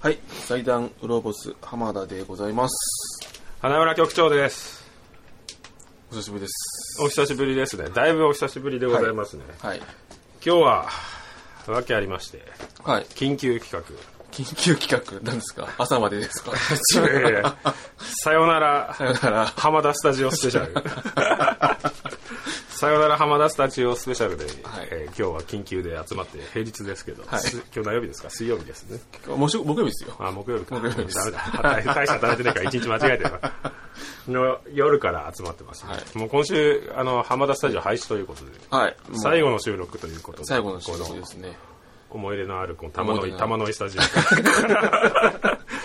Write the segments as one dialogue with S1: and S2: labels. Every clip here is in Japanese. S1: はい、財団ウロボス浜田でございます。
S2: 花村局長です。
S1: お久しぶりです。
S2: お久しぶりですね。だいぶお久しぶりでございますね。
S1: はい。
S2: 今日は、わけありまして、
S1: はい。
S2: 緊急企
S1: 緊急企画、なんですか 朝までですか
S2: 画。いやいやさよなら、
S1: だから、
S2: 浜田スタジオスペシャル。さよなら浜田スタジオスペシャルで、
S1: はい
S2: えー今日は緊急で集まって、平日ですけど、
S1: はい
S2: す今日何曜日ですか水曜日ですね。
S1: もうし木曜日ですよ。
S2: あ、木曜日か。
S1: 木曜日です
S2: ダメだ。大大して働いてないから、一日間違えてるから。の夜から集まってますね、
S1: はい
S2: もう今週、あの、浜田スタジオ廃止ということで、
S1: はい。
S2: 最
S1: 後。
S2: 後の収録ということで、
S1: 最後の収
S2: こ
S1: 録で
S2: の
S1: すね。
S2: 思い入れのあるこの玉
S1: 思
S2: の
S1: い
S2: 井、
S1: 出の
S2: 玉の井スタジオ。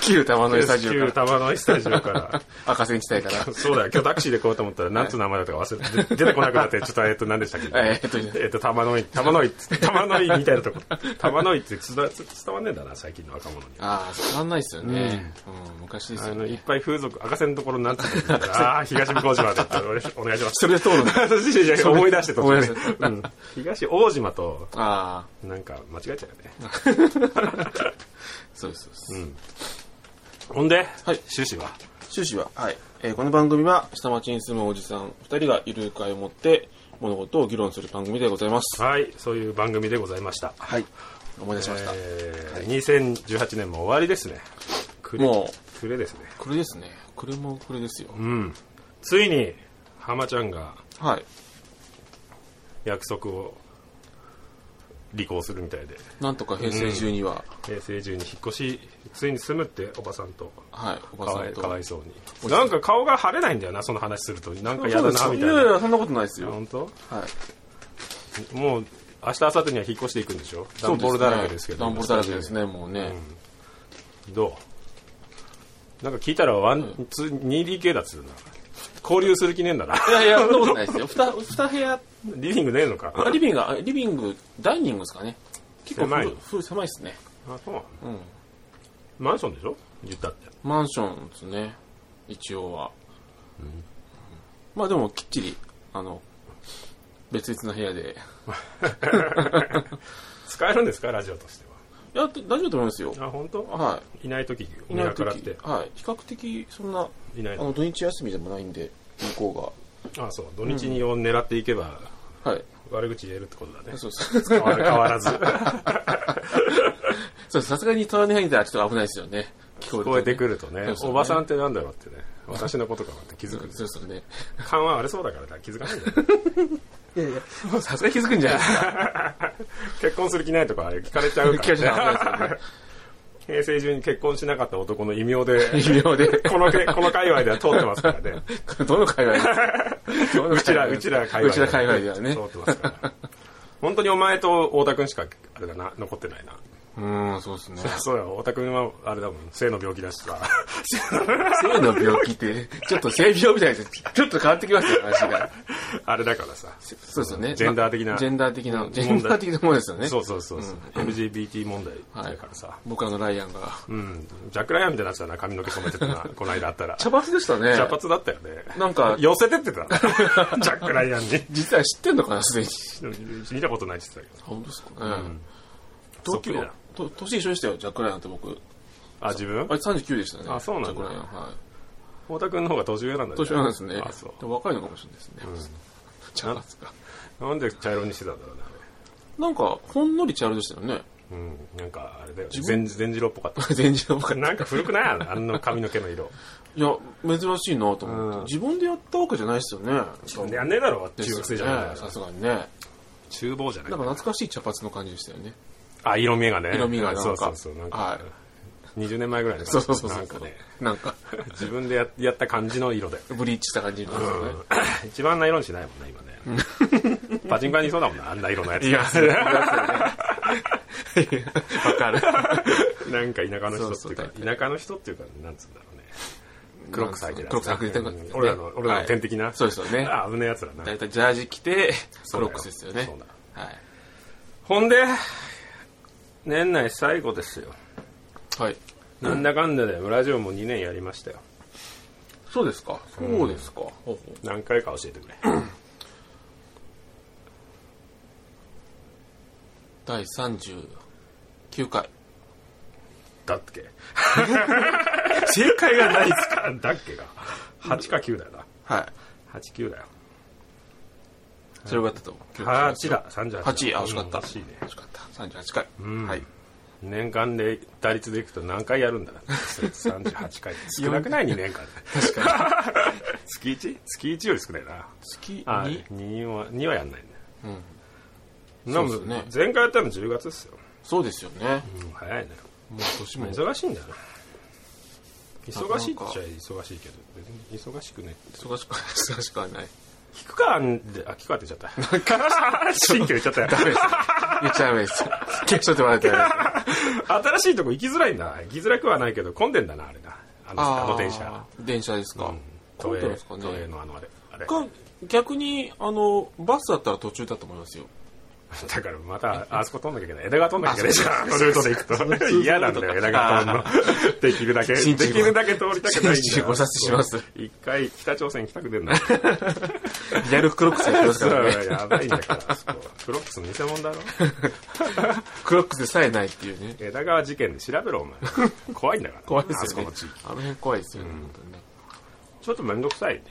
S1: 旧玉の井スタジオ
S2: 旧
S1: か
S2: 玉の井スタジオから。
S1: ら、赤線地帯から。
S2: そうだよ、今日タクシーで来ようと思ったら、なんつう名前だったか 忘れて、出てこなくなって、ちょっと、えっと、何でしたっけ
S1: えーっとね
S2: えっと、玉の井、玉の井、玉の井みたいなとこ。玉の井ってつなつ伝わんねえんだな、最近の若者に。
S1: ああ、伝わんないですよね。うん、昔です
S2: あ
S1: よ
S2: の、いっ
S1: ね。
S2: ぱい風俗、赤線のところなんつって たら、ああー、東向島でってお願いします。
S1: それで通るんだ
S2: いやいやいや思い出してた。
S1: 思い出して
S2: う
S1: た
S2: ん東大島と、
S1: ああ、
S2: なんか間違えちゃうよね。
S1: そうです。そうです
S2: ほんで、
S1: はい
S2: 趣旨は
S1: 趣旨は、はいえーこの番組は下町に住むおじさん2人がゆるく愛を持って物事を議論する番組でございます
S2: はい、そういう番組でございました。
S1: はい思い出しました、
S2: えー2018年も終わりですね。くれ
S1: も
S2: くれですね。
S1: これですねこれもこれですよ、
S2: うん。ついに、浜ちゃんが
S1: はい
S2: 約束を履行するみたいで、
S1: なんとか平成中には、
S2: 平成中に引っ越し、ついに住むっておばさんと。
S1: はいおば
S2: か
S1: さ
S2: わ
S1: ん
S2: い
S1: と
S2: かわいそうになんか顔が腫れないんだよなその話するとなんか嫌だなみたい
S1: やい
S2: な
S1: やそんなことないですよ、
S2: 本当
S1: はい、
S2: もう明日明後日には引っ越していくんでしょダンボールだらけですけど
S1: ダンボールだらけですねもうね、
S2: どうなんか聞いたらワンツー 2DK だっつうな交流する気ねえんだない
S1: やいやそんなことないですよ 2, 部屋
S2: リビングねえのか
S1: あリビングあリビングダイニングですかね結構
S2: 狭い
S1: 古古狭いですね
S2: あそうなの
S1: うん
S2: マンションでしょ言ったって
S1: マンションですね、一応は。まあでも、きっちり、あの、別々の部屋で。
S2: 使えるんですかラジオとして
S1: いや、大丈夫だと思いますよ。
S2: はあ本当
S1: はい
S2: ない時
S1: い。
S2: 見計らっ
S1: 時
S2: て
S1: はい。比較的、そんな、
S2: いな
S1: あ
S2: い
S1: の、土日休みでもないんで、向こ
S2: あそう土日にを狙っていけば
S1: うが。はい。
S2: 悪口言えるってことだね
S1: そうです。
S2: 変わ変わらず
S1: そうさすがに取らないんだらちょっと危ないですよね。聞
S2: 聞こえてくるとね
S1: そうそう
S2: おばさんってなんだろうってね私のことかなって気づくんです
S1: そうそうね。
S2: 勘は荒れそうだからだ気づかないんだよ
S1: さすがに気づくんじゃないですか。
S2: 結婚する気ないとか聞かれちゃう
S1: 気
S2: か
S1: がしない
S2: ら、ね、 平成中に結婚しなかった男の異名で
S1: ですよね。微妙 で。
S2: このけこの界隈では通ってますからね
S1: どの界隈ですか
S2: うちらうちら界隈
S1: うちら界隈ではね
S2: 通。ってますから本当にお前と太田君しかあれだな残ってないな
S1: うーん、そうですね。
S2: そうだよ太田君はあれだもん性の病気だしさ
S1: 性の病気って、ちょっと性病みたいです。ちょっと変わってきますよ、話が。
S2: あれだからさ
S1: そうですよね。
S2: ジェンダー的な
S1: ジェンダー的な、ジェンダー的なものですよね。
S2: そうそうそうそう、LGBT 問題だからさ、
S1: 僕らのライアンが。
S2: うん、ジャック・ライアンみたいになってたな髪の毛染めてたなこの間あったら
S1: 茶髪でしたね。
S2: 茶髪だったよね
S1: なんか
S2: 寄せてってたジャック・ライアンに
S1: 実は知ってんのかな、すでに。
S2: 見たことないって言ってたけど
S1: 本当ですかうん。
S2: そっ
S1: 東
S2: くり
S1: 京
S2: だ、
S1: と年一緒でしたよ、ジャック・ライアンと僕。
S2: あ自分
S1: あれ39でしたね。
S2: あそうなんだ
S1: ジャック・ライアン。はい。
S2: 太田君の方が年上なんだね
S1: 年上なんですね。
S2: あそう
S1: でも若いのかもしれないですね。 茶髪か。
S2: なんで茶色にしてたんだろうね
S1: なんか、ほんのり茶色でしたよね。
S2: あれうんなんかあれだよね全全次郎っぽかっ
S1: 全然わか
S2: た
S1: んない。
S2: なんか古くないあのあの髪の毛の色
S1: いや、珍しいなと思っ
S2: うん
S1: て。自分でやったわけじゃないですよね。多分
S2: やんねえだろ
S1: で
S2: 中
S1: すよ
S2: 学生じゃない
S1: ねさすがにね。
S2: 厨房じゃない
S1: なんか懐かしい茶髪の感じでしたよね。
S2: あ色味がね
S1: 色味がなんか。
S2: そうそうそうなんか
S1: はい。
S2: 20年前ぐらいの
S1: そうそうそうそう。
S2: なんかね
S1: なんか、
S2: 自分でややった感じの色だよ
S1: ブリーチした感じになりますよね。
S2: 一番な色にしないもんね今ね パチンコ屋にいそうだもんなあんな色のやつ
S1: いや、 そうですよねわかる。
S2: なんか田舎の人って
S1: そうそ
S2: いううか
S1: 大体
S2: 田舎の人っていうかなんつうんだろうね黒く咲いてるやつ
S1: 黒く咲いてるやつ
S2: うん俺らの
S1: はい
S2: 俺らの天敵な
S1: そうですよね
S2: あ危ないやつだな
S1: だいたいジャージ着 て、
S2: そ
S1: クロ
S2: うだよ
S1: ックスですよね
S2: そうだ。
S1: はい。
S2: ほんで年内最後ですよ
S1: はい。
S2: なんだかんだでラジオも2年やりましたよ
S1: そうですか。そうですか。ほうほう
S2: 何回か教えてくれ
S1: 第39回。
S2: だっけ正解がないっすかだっけが8か9だよな
S1: はい。
S2: 89だよ
S1: それよかったと思う。
S2: 8だ38
S1: 8、あ、惜しかった。
S2: うん惜しいね
S1: 惜しかった。38回。
S2: ん
S1: はい。
S2: 年間で打率でいくと何回やるんだな38回少なくない2年間で確か に月 1? 月1より少ないな
S1: 月
S2: あ
S1: に、
S2: 2は2はやんないね
S1: うん。
S2: な
S1: そうですね
S2: 前回やったの10月ですよ、
S1: そうですよね。
S2: うん、早いね
S1: もう年も。
S2: 忙しいんだよね忙しいっちゃ忙しいけど別に忙しくね
S1: 忙しく は、忙しくはない。
S2: 聞くかんであ聞くかって言っちゃ った神経言っちゃったよ
S1: ダメです。 言っちゃダメ です。決勝って笑ってダメです。
S2: 新しいとこ行きづらいんだ行きづらくはないけど混んでんだなあれなあのあの電車。
S1: 電車ですか。混んでますか
S2: 都営
S1: ね。
S2: のあのあれあれ
S1: か逆に、あの、バスだったら途中だと思いますよ。
S2: だからまたあそこ飛んなきゃいけない枝川飛んなきゃいけないじゃんこのルートで行くと嫌なんだよ枝川飛んの できるだけで
S1: 新地
S2: きるだけ通りたくないんだよ
S1: 新地ご察します
S2: 一回北朝鮮行きたく出んな
S1: リアルクロックスやってます
S2: そ
S1: から
S2: う
S1: ね。
S2: やばいんだからあそこクロックスの偽物だろ
S1: クロックスでさえないっていうね。
S2: 枝川事件で調べろお前怖いんだから
S1: 怖いですよ
S2: あそこ
S1: ね
S2: の地域。
S1: あの辺怖いですよね、本当にね。
S2: ちょっとめんどくさいね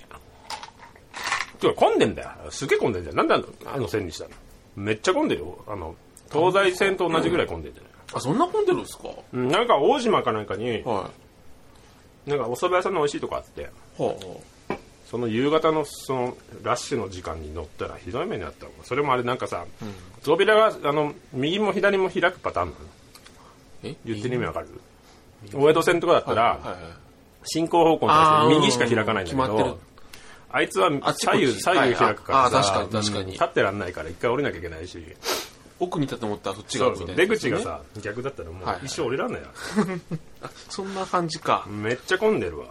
S2: てか混んでんだよすげえ混んでんだよなんであのあの線にしたのめっちゃ混んでるよあの東西線と同じぐらい混んでんじゃない
S1: あ、そんな混んでるんですか
S2: うんなんか大島かなんかに
S1: は
S2: なんかお蕎麦屋さんの美味しいとこあって
S1: い。は
S2: その夕方のそのラッシュの時間に乗ったらひどい目にあったのそれもあれなんかさ、扉があの右も左も開くパターンなの
S1: あ。え
S2: 言ってる意味わかる大江戸線とかだったら、
S1: はいはいはい
S2: 進行方向に
S1: あ
S2: 対
S1: ー
S2: して右しか開かないんだけ
S1: 決まってる
S2: どあいつは
S1: あっちこっ
S2: 左
S1: ち
S2: 右左右開くからさ
S1: はいあー確かに確かに
S2: うん立ってらんないから一回降りなきゃいけないし
S1: 奥にいたと思ったらそっち
S2: そ
S1: が
S2: う
S1: み
S2: そ
S1: た
S2: う
S1: いな、
S2: 出口が。さ逆だったらもう
S1: はいはい
S2: 一生降りらんないよ
S1: そんな感じか。
S2: めっちゃ混んでるわ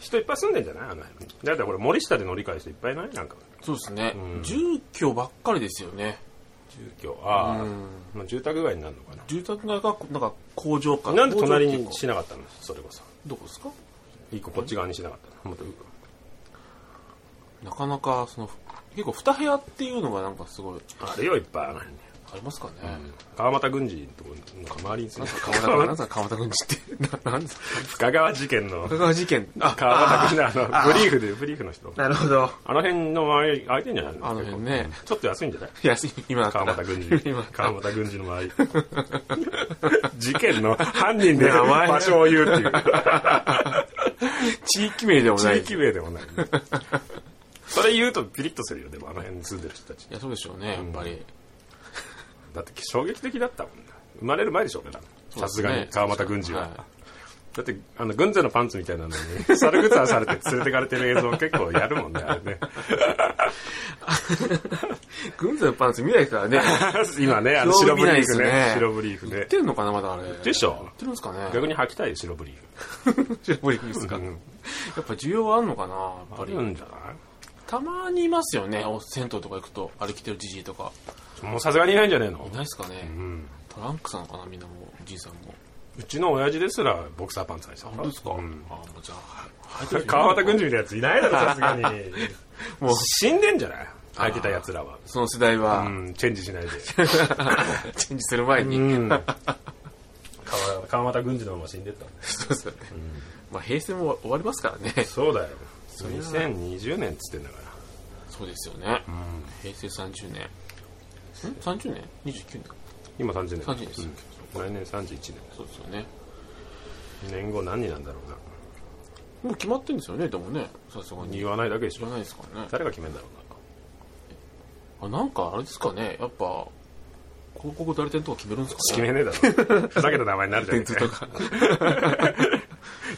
S2: 人いっぱい住んでんじゃないあの辺だってこれ森下で乗り換えしていっぱいないなんか
S1: そうですね
S2: う。ん
S1: 住居ばっかりですよね。
S2: 住居ああ、
S1: うん
S2: まあ、住宅街になるのかな
S1: 住宅街が、なんか工場か。
S2: なんで隣
S1: 工場ってい
S2: に
S1: うか
S2: しなかったのそれこそ
S1: どこですか
S2: 一個こっち側にしなかったのもっと
S1: なかなか、その、結構二部屋っていうのがなんかすごい、
S2: あれよいっぱいあの辺に
S1: ありますかね。
S2: 川俣軍司のとこの周りに住ん
S1: なん
S2: で
S1: か
S2: る
S1: 川田君、なんか川田君ちって、ななんですか
S2: 深川事件の
S1: 川事件。あ
S2: 川俣君のあのブリーフでブリーフの人
S1: なるほど。
S2: あの辺の周り空いてんじゃないの
S1: あの辺ね
S2: ちょっと安いんじゃない
S1: 安い、今だった
S2: 川
S1: ら。
S2: 俣軍
S1: 今
S2: 司川俣軍司の周り事件の犯人で
S1: 名前
S2: 場所を言う っていう
S1: 地域名でもない。
S2: 地
S1: い
S2: 域名でもないそれ言うとピリッとするよでもあの辺に住んでる人たち
S1: や、そうでしょうね、やっぱり。
S2: だって衝撃的だったもんな生まれる前でしょ俺らさすがに川俣軍司は、
S1: い
S2: だってあの軍勢のパンツみたいなのに猿靴はされて連れてかれてる映像結構やるもんねあれ ね
S1: 軍勢のパンツ見ない からね。
S2: 今ねあの
S1: よ
S2: 白
S1: う
S2: ブ
S1: 見
S2: リ
S1: ないで
S2: ー
S1: す
S2: フ
S1: ね
S2: ね白ブリーフね
S1: 売ってんのかな、まだあれ。
S2: でしょ
S1: 売ってるんですかね。
S2: 逆に履きたいよ白ブリーフ
S1: 白ブリーフですか。
S2: うん
S1: やっぱ需要はあるのかな、やっ
S2: あ
S1: ぱ
S2: る
S1: り。
S2: んじゃな
S1: たまにいますよね、お銭湯とか行くと、歩きてるじじいとか。
S2: いもうさすがにいないんじゃねえの
S1: いないですかね
S2: う。ん
S1: トランクさんのかな、みんなもう、おじいさんも。
S2: うちの親父ですらボクサーパンツ履いてたから
S1: どうですかあ、
S2: う
S1: も
S2: ん
S1: うじゃあ、履いてる人いないのか
S2: 川端軍司みたいなやついないだろさす がに
S1: もう、
S2: 死んでんじゃない履いてたやつらは
S1: その世代
S2: う
S1: は、
S2: んチェンジしないで
S1: チェンジする前に、
S2: うん川川端軍司のまま死んでったんだよ
S1: そうですよね。まあ、平成も終わりますからね。
S2: そうだよ2020年っつってんだから
S1: そうですよね。平成30年。ん ?30 年 ?29 年
S2: 今30年
S1: 30年です
S2: うん来年31年
S1: そうですよね。
S2: 年後何になんだろうな
S1: もう決まってるんですよね、でもね。さすがに。
S2: 言わないだけでし
S1: 知ら
S2: ょ
S1: ないですからね。
S2: 誰が決めんだろ
S1: あなんかあれですかね、やっぱ、広告代理店とか決めるんです
S2: う
S1: かね。
S2: な決めねえだろ ふざけた名前になるじゃねえ
S1: と
S2: か
S1: か。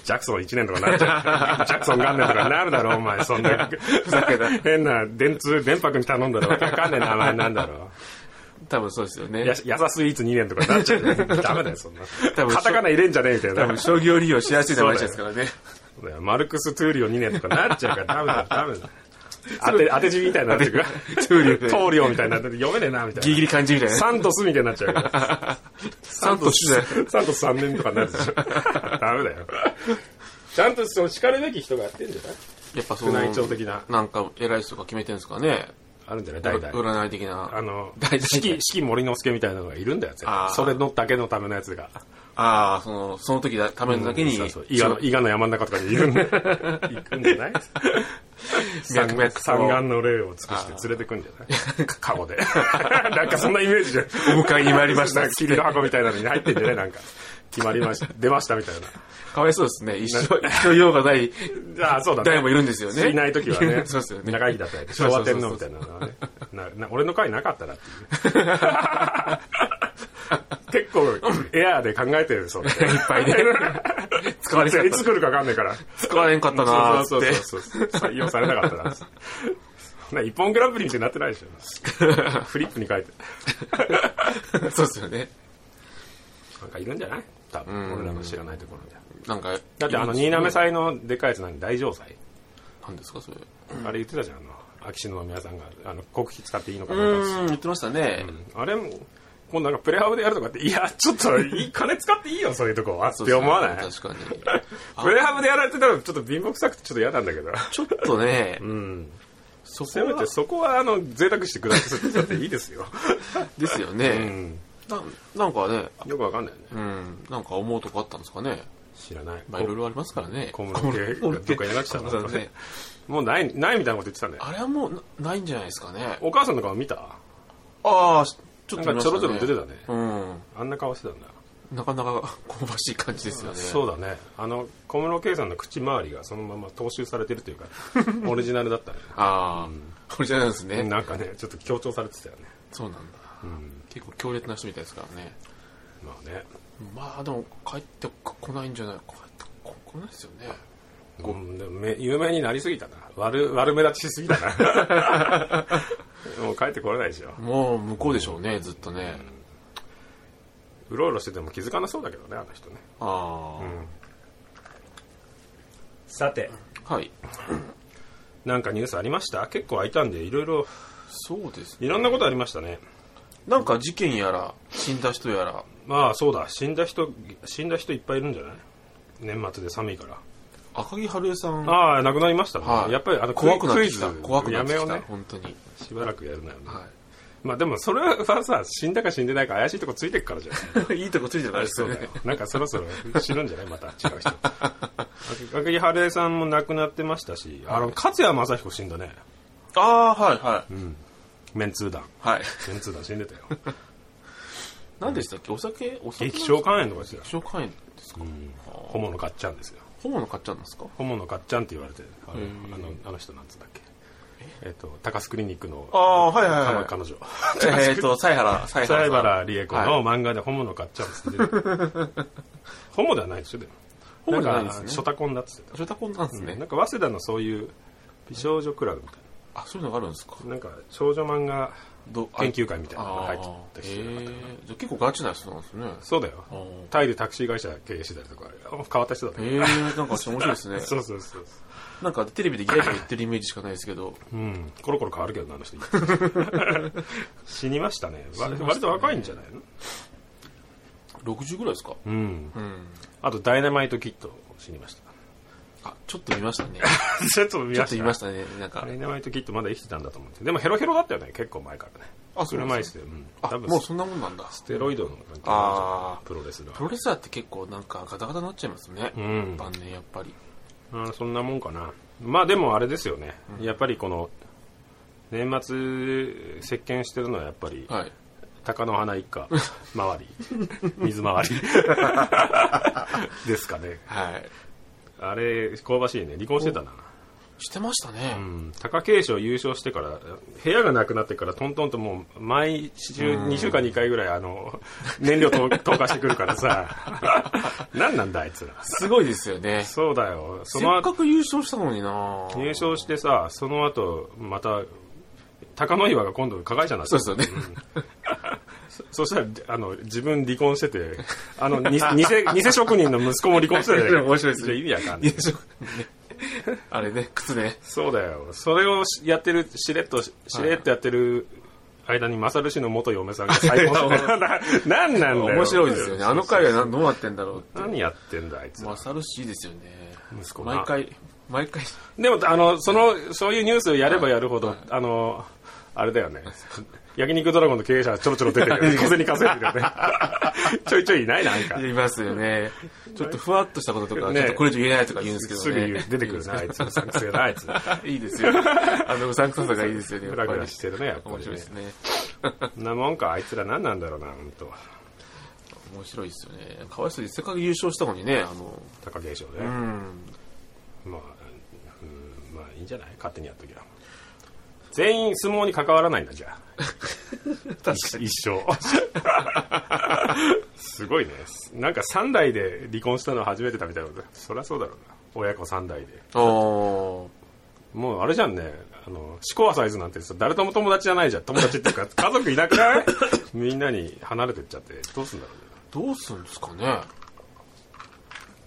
S2: ジャクソン1年とかなっちゃう ジャクソン元年とかなるだろお 前そんな
S1: ふざけた。
S2: 変な電通電白に頼んだらわかんねえ名前なんだろ
S1: 多分そうですよね。
S2: ややさスイーツ2年とかになっちゃうよダメだよそんな
S1: 多分
S2: カタカナ入れんじゃねえみたい
S1: 多
S2: な
S1: 分商業利用しやすい名前ですからね。
S2: そうだよマルクス・トゥーリオ2年とかなっちゃうからダメだダ メだ当て当て字みたいになってるから
S1: トゥーリオで
S2: トーリオみたいになってる読めねえなみたいな
S1: ギリギリ漢字みたいな。
S2: サントスみたいになっちゃうから。サ
S1: ントスだよ
S2: サントス3年とかになるでしょ。ダメだよ。ちゃんとその叱るべき人がやってんじゃない
S1: やっぱそ
S2: 宮内庁
S1: の、
S2: 的な。
S1: なんか偉い人が決めてるんですかね。
S2: あるんじゃない代々。
S1: 占い的な。
S2: あの、
S1: 代々
S2: 四季、四季森之助みたいなのがいるんだよ、絶対
S1: あー
S2: それのだけのためのやつが。
S1: ああ、その、その時だ、ためだけに、
S2: そうそう伊賀の伊賀の山の中とかに いるんで行くんじゃない
S1: 脈々と
S2: 三眼の霊を尽くして連れてくんじゃないカゴで なんかそんなイメージで
S1: お迎えに参りました
S2: なんか霧の箱みたいなのに入ってんじゃないなんか決まりました出ましたみたいな
S1: かわいそうですね。一 生、一生用がない、
S2: ああ、そうだね。
S1: 誰もいるんですよね
S2: いない時はね。
S1: そうですよね
S2: 長生きだったり、
S1: そう
S2: 昭
S1: そ
S2: 和
S1: うそう
S2: 天皇みたいなのはね。な な俺の回なかったらってい う。結構、エアーで考えてる、そう。いっ
S1: ぱい ね使われちゃった
S2: いつ来るかわかんないから。
S1: 使われんかったなーっつ
S2: そ
S1: っ
S2: うそう
S1: て。
S2: そうそう。採用されなかったなっつって。な一本グランプリみたいになってないでし ょ。フリップに書いて。
S1: そうですよね。
S2: なんかいるんじゃない多分、俺らの知らないところで。
S1: なんか、
S2: だってあの、新滑祭のでかいやつ何大城祭
S1: なんですか、それ。
S2: あれ言ってたじゃん、あの、秋篠宮さんが、あの、国費使っていいのか
S1: う
S2: どうかっつって
S1: ーん、言ってましたね。
S2: あれも、今度なんかプレハブでやるとかって、いや、ちょっといい、金使っていいよ、そういうとこは。っ
S1: そう
S2: て
S1: そう
S2: 思わない
S1: 確かに。
S2: プレハブでやられてたら、ちょっと貧乏くさくてちょっと嫌なんだけど。
S1: ちょっとね、そ
S2: せ
S1: こ
S2: め
S1: は
S2: てそこは、あの、贅沢してくださっていいですよ。
S1: ですよ
S2: う
S1: ね。
S2: ん。
S1: ななんかね、
S2: よくわかんないよね。
S1: うん、なんか思うとこあったんですかね。
S2: 知らない。
S1: まあ、いろいろありますからね。
S2: 小室圭
S1: 小室
S2: どっかいなくなっちゃったの
S1: 小室さんね
S2: もうない、ないみたいなこと言ってたね。
S1: あれはもうなないんじゃないですかね。
S2: お母さんとかも見た
S1: ああ、ちょっ
S2: な
S1: と
S2: んかちょろちょろ出て
S1: た。
S2: たね。
S1: うん。
S2: あんな顔してたんだ。
S1: なかなか 香ばしい感じですよね。
S2: そうだね。あの、小室圭さんの口周りがそのまま踏襲されてるという か、オリジナルだったね。
S1: ああ、これじゃないですね。
S2: なんかね、ちょっと強調されてたよね。
S1: そうなんだ。結構強烈な人みたいですからね。
S2: まあね。
S1: まあでも帰ってこないんじゃない帰ってここないですよね。
S2: うんでもめ有名になりすぎたな。悪、悪目立ちしすぎたな。 もう帰ってこれないでしょ。
S1: もう向こうでしょうね、ずっとね。
S2: うろうろしてても気づかなそうだけどね、あの人ね。
S1: あ
S2: さて。
S1: あ、はい。
S2: なんかニュースありました結構空いたんで、いろいろ、
S1: そうですね。
S2: いろんなことありましたね。
S1: なんか事件やら、死んだ人やら。
S2: まあそうだ、死んだ人、死んだ人いっぱいいるんじゃない年末で寒いから。
S1: 赤木春江さん、
S2: ああ、亡くなりましたね。
S1: はい
S2: やっぱりあの
S1: 怖くなっ
S2: ク
S1: て
S2: イ
S1: き
S2: ズ
S1: た。怖くなって
S2: や
S1: き
S2: め
S1: た。
S2: ようね。
S1: 本当に。
S2: しばらくやるなよね。
S1: は
S2: まあでもそれはさ、死んだか死んでないか怪しいとこついてくからじゃない
S1: い。いいとこついてないです
S2: そう
S1: よ
S2: だ
S1: ね
S2: よ。。なんかそろそろ死ぬんじゃないまた違 う人。赤木春江さんも亡くなってましたし、あの、勝谷正彦死んだね。
S1: ああ、はい、はい。
S2: メンツー団。
S1: はい。
S2: メンツー団死んでたよ。
S1: 何でしたっけお酒お酒
S2: 液晶肝炎とかしてたよ
S1: 液。晶肝炎ですか
S2: ホモのかっちゃんですよ。
S1: 本物買っちゃうんですか
S2: ホモのかっちゃんって言われて、あの、あのあの人なんつうんだっけ。えっと、高須クリニックの、
S1: ああ、はいはい
S2: 彼
S1: はい。
S2: 彼女。
S1: えっ と、犀原、犀
S2: サ
S1: さ
S2: イ
S1: ん
S2: バラ理恵子
S1: は
S2: の
S1: い
S2: 漫画でホモのかっちゃんって出てる。 ホモではないでしょ、でも。
S1: ホモじゃないんで
S2: ん
S1: す
S2: か
S1: ね
S2: ショタコンだっつって
S1: それたこんなんです
S2: た。
S1: ね
S2: な。んか早稲田のそういう美少女クラブみたいな。
S1: あ、そういうのがあるんですか
S2: なんか少女漫画
S1: ど
S2: 研究会みたいなのが
S1: あ
S2: 入
S1: ー
S2: ってたり
S1: へ
S2: してなかった
S1: ーじゃあ結構ガチな人なんです ね。
S2: そうだよ
S1: あー
S2: タイでタクシー会社経営してたりとか変わった人だね
S1: へえー、なんかちょっと面白いですね。
S2: そうそうそう
S1: なんかテレビでギャーギャー言ってるイメージしかないですけど、
S2: うんコロコロ変わるけどなあの人 死にましたねわ
S1: 死にまし
S2: 割
S1: た
S2: と
S1: ね
S2: 若いんじゃないの
S1: 60ぐらいですか
S2: うん
S1: うん。
S2: あとダイナマイトキッド死にました
S1: あ、ちょっと見ましたね。
S2: ちょっと 見
S1: ちょ
S2: ま
S1: っと
S2: し
S1: 見
S2: た
S1: ましたね。なんか
S2: ダ、イナマイトキッドまだ生きてたんだと思ってでもヘロヘロだったよね結構前からね
S1: あそうなん
S2: 車
S1: で
S2: 椅
S1: す
S2: 子でうん
S1: あ、
S2: 多
S1: もう
S2: 分
S1: そんなもんなんだ。
S2: ステロイドの関係なんじゃない
S1: あー
S2: プロレスラ
S1: プ
S2: ー
S1: ロレスラーって結構なんかガタガタになっちゃいますね。
S2: うん
S1: 晩年やっぱり。
S2: あーそんなもんかな。まあでもあれですよね。やっぱりこの、年末、席巻してるのはやっぱり、
S1: はい。
S2: 鷹の花一家、周り、水回り、ですかね。
S1: はい。
S2: あれ、香ばしいね。離婚してたな。
S1: してましたね
S2: う。ん。貴景勝優勝してから、部屋がなくなってからトントンともう、毎週、2週間に1回ぐらい、あの、燃料投投下してくるからさ、何なんだあいつら。
S1: すごいですよね。
S2: そうだよ。そ
S1: せ
S2: の
S1: っ
S2: 後
S1: かく優勝したのにな
S2: 入賞してさその後また高野岩が今度加害者になって
S1: そうですよね。
S2: そ したらあの自分離婚しててあのに偽偽職人の息子も離婚してて
S1: 面白いですね
S2: 意味わかんない
S1: 優勝。あれね、靴ね。
S2: そうだよそれをしやってるしれっとしれっとやってる間に勝氏の元嫁さんが再婚 して ななんなんだよ
S1: 面白いですよね。あの回はなどうなってんだろうって。
S2: 何やってんだあいつ
S1: マサル氏いいですよね。
S2: 息子が
S1: 毎回、毎回、
S2: でもあのそのそういうニュースをやればやるほど、あのあれだよね。焼肉ドラゴンの経営者がちょろちょろ出て るよね。小銭稼いでるよね。ちょいちょいいないなんか。
S1: いますよね。ちょっとふわっとしたこととか、
S2: ね
S1: ちょっとこれ以上言えないとか言うんですけどね。
S2: すぐ言う出てくるな、あいつ。うさんくせえな、あいつ。
S1: いいですよ。あの、うさんくささがいいですよ ね。
S2: フラフラしてるね、やっぱ
S1: 面
S2: り
S1: 白い
S2: ね
S1: で。すね。
S2: そんなもんか、あいつら何なんだろうな、本当
S1: 面白いですよね。かわいそうに、せっかく優勝したのにね、あの、
S2: 貴景勝
S1: う
S2: ね。
S1: ん。
S2: まあ、うんまあいいんじゃない勝手にやっときゃ。全員相撲に関わらないんだ、じゃあ。
S1: 確かに。
S2: 一生すごいねなんか3代で離婚したのは初めてだみたいなことそりゃそうだろうな親子3代で
S1: おー
S2: もうあれじゃんねあの四股はサイズなんてさ誰とも友達じゃないじゃん友達っていうか家族いなくないみんなに離れてっちゃってどうすんだろうね
S1: どうすんですかね。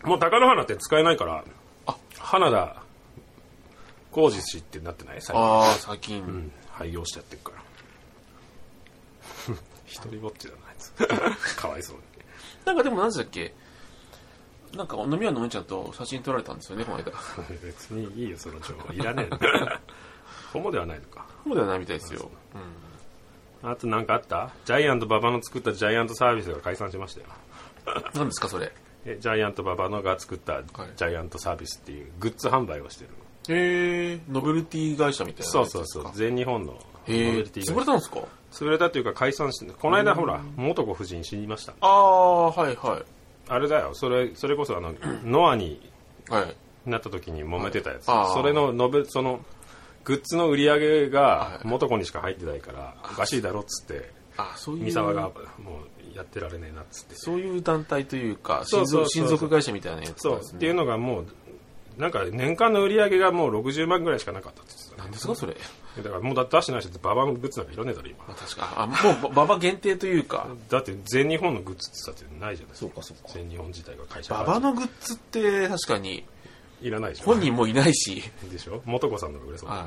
S2: もう高野花って使えないから
S1: あ
S2: 花田浩二氏ってなってない最近、
S1: ああ、最近。
S2: うん、廃業しちゃってるから 一人ぼっちだなあいつ かわいそうに
S1: なんかでも何でしたっけなんか飲み屋のお姉ちゃんと写真撮られたんですよね、この 間。
S2: 別にいいよその情報いら ねえのホモではないのか
S1: そうではないみたいですよ。
S2: あと何かあったジャイアント馬場の作ったジャイアントサービスが解散しましたよ
S1: 何ですか、それ。へ
S2: えジャイアント馬場のが作ったジャイアントサービスっていうグッズ販売をしてる、
S1: えノベルティ会社みたいな。
S2: そうそうそう全日本のノ
S1: へ
S2: ベ
S1: え
S2: ルティ
S1: 潰
S2: が
S1: れたんですか
S2: 潰れたっていうか解散してこの間ほら元子夫人死にました
S1: ああ、はいは
S2: あれだよそれそれこそあ のノアに
S1: い。はい。
S2: なった時に揉めてたやつ、
S1: あー
S2: それののべそのグッズの売り上げが
S1: はい
S2: 元子にしか入ってないからおかしいだろっつって
S1: あそういう。
S2: 三沢がもうやってられねえなっつって
S1: そういう団体というか、
S2: そ
S1: 親
S2: うそ
S1: 族
S2: うそう
S1: 親族会社みたいなやつ
S2: そ
S1: な
S2: うん
S1: です
S2: ってい
S1: ね。
S2: うのがもうなんか年間の売り上げがもう60万ぐらいしかなかったって言ってた
S1: な
S2: ね
S1: んですか、それ。
S2: だからもうだ出してない人ってババのグッズなんかいらねえだろ今
S1: あ確か。あ、もう、ば馬場限定というか。
S2: だって全日本のグッズってさってないじゃないです
S1: うか、そう
S2: 全日本自体が会社
S1: 馬場のグッズって、確かに、
S2: いらないじゃ
S1: 本
S2: ん
S1: 人もいないし。
S2: でしょ元子さんの方が売れそう
S1: あ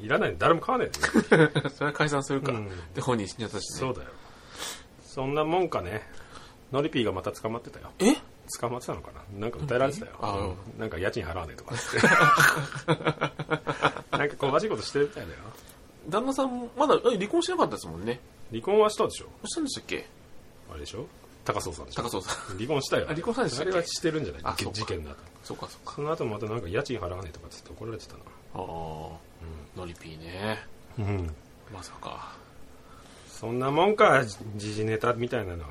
S2: いらない誰も買わねえんだよ
S1: あ それは解散するか。
S2: うん
S1: で、本人死んじゃったし
S2: そ
S1: ね。
S2: うだよそんなもんかねノリピーがまた捕まってたよ
S1: え
S2: 捕まってたのかななんか歌えられてたよ
S1: あー
S2: うんなんか家賃払わねえとかっつってなんか小しいことしてる みたいだよ
S1: 旦那さん、まだえ離婚しなかったですもんね。
S2: 離婚はしたでしょ
S1: どうしたんでしたっけ
S2: あれでしょ高荘さんでしょ
S1: 高そうさん。
S2: 離婚したよ
S1: あ離婚したんでした
S2: あ
S1: っ
S2: れ
S1: け
S2: はしてるんじゃない
S1: あ
S2: 事
S1: そうか
S2: 事件だと
S1: そうか、そうか。
S2: その後またなんか家賃払わねえとかっつって怒られてたな
S1: ああ、ノリピーね。
S2: うん
S1: まさか。
S2: そんなもんかじ時事ネタみたいなのは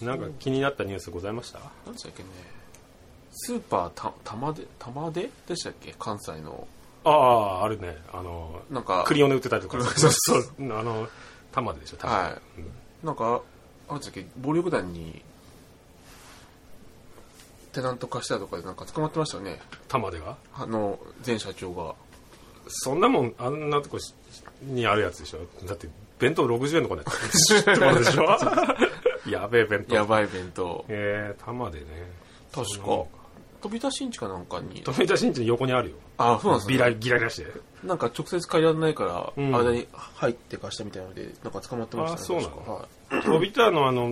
S2: なんか気になったニュースございました
S1: なんでしたっけね。スーパーた、玉で、玉ででしたっけ関西の。
S2: あああるねあの
S1: なんか、
S2: クリオネ売ってたりとかそうそうあの玉ででしょ玉
S1: はなんか、あれでしたっけ、暴力団に、テナント化したとかでなんか捕まってましたよね。
S2: 玉でが
S1: あの、前社長が。
S2: そんなもんあんなとこしにあるやつでしょだって弁当60円のこね ってことで しょやべえ弁当
S1: やばい弁当。
S2: えー、玉でね
S1: 確
S2: そんな
S1: か
S2: もん。
S1: 飛び出しんちかなんかに。
S2: 富田新地の横にあるよ
S1: あ、そうなんですね
S2: ビラギラギラして
S1: なんか直接借りられないから、
S2: うん
S1: 間に入って貸したみたいなので、なんか捕まってましたね。
S2: あそうなの
S1: 確かはい。
S2: 飛びたのあの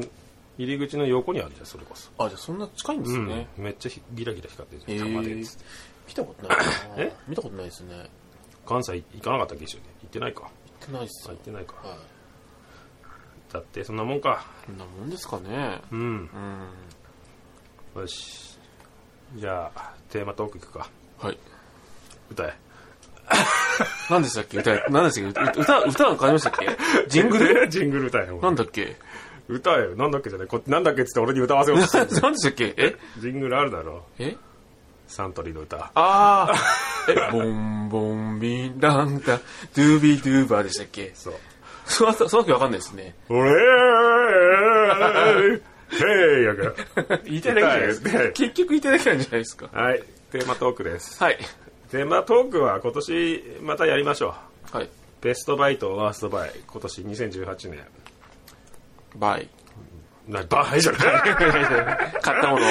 S2: 入り口の横にあるじゃんそれこそ、
S1: あ、じゃあそんな近いんですね。
S2: うんめっちゃひギラギラ光って
S1: え
S2: るじゃん玉でっつって
S1: 見たことないな
S2: え
S1: 見たことないですね。行っ
S2: 関西行かなかったっけ一緒に行ってないか
S1: てないっす
S2: あ行
S1: よ
S2: っ。てないか
S1: はい。
S2: だってそんなもんか
S1: こんなもんですかね。
S2: うん
S1: うん。
S2: よしじゃあテーマトークいくか
S1: はい。
S2: 歌え
S1: 何でしたっけ歌え、何でしたっけ歌、歌歌なんかありましたっけ ジングル
S2: ジングル歌えよ
S1: なんだっけ
S2: 歌えよなんだっけじゃないこなんだっけっつって俺に歌わせようと してる
S1: 何でしたっけえ
S2: ジングルあるだろ
S1: え
S2: サントリーの歌
S1: ああ。え、ボンボンビンランタ、ドゥービードゥーバーでしたっけ
S2: そう
S1: その、そのわけわかんないですね。
S2: 俺へいやが
S1: 言いたいだけじゃないです
S2: 歌え
S1: か。
S2: よ
S1: 結局言いたいだけなんじゃないですか。
S2: はいテーマトークです
S1: はい。
S2: テーマトークは今年またやりましょう
S1: はい。
S2: ベストバイとワーストバイ今年2018年
S1: バイ。
S2: なバイじゃない
S1: 買った もの。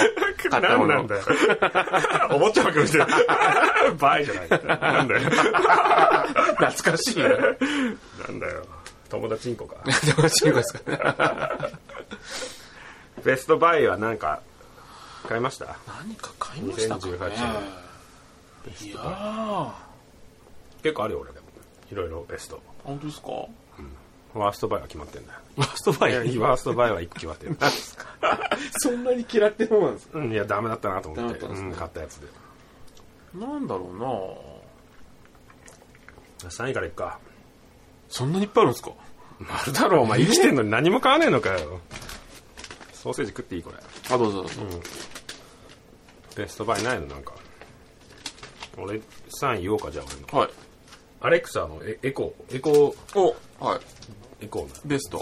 S1: 買ったもの。
S2: 何なんだよ。お坊ちゃまくんみたいな。バイじゃない。なんだよ。
S1: 懐かしいな。
S2: なんだよ。友達んこか。
S1: 懐かしいですかね。
S2: ベストバイはなんか、買いました
S1: 何か買いましたかね
S2: 2018
S1: いやー
S2: 結構あるよ、俺でも。いろいろベスト。
S1: 本当ですか
S2: ワーストバイは決まってんだよ。
S1: ワーストバイ
S2: いやワーストバイは1個決まってる。
S1: そんなに嫌ってるもんなんですか
S2: うん、いや、ダメだったなと思って、
S1: ダメだったんです
S2: う
S1: ね
S2: ん、買ったやつで。
S1: なんだろうな
S2: 3位からいくか。
S1: そんなにいっぱいあるんですか
S2: あるだろう、お前生きてんのに何も買わねえのかよ。ソーセージ食っていいこれ。
S1: あ、どうぞどうぞ。
S2: ベストバイないのなんか。俺、3位言おうか、じゃあ俺の。
S1: はい。
S2: アレクサのエエコー、エコ
S1: お、はい。
S2: ー、エコー
S1: ベスト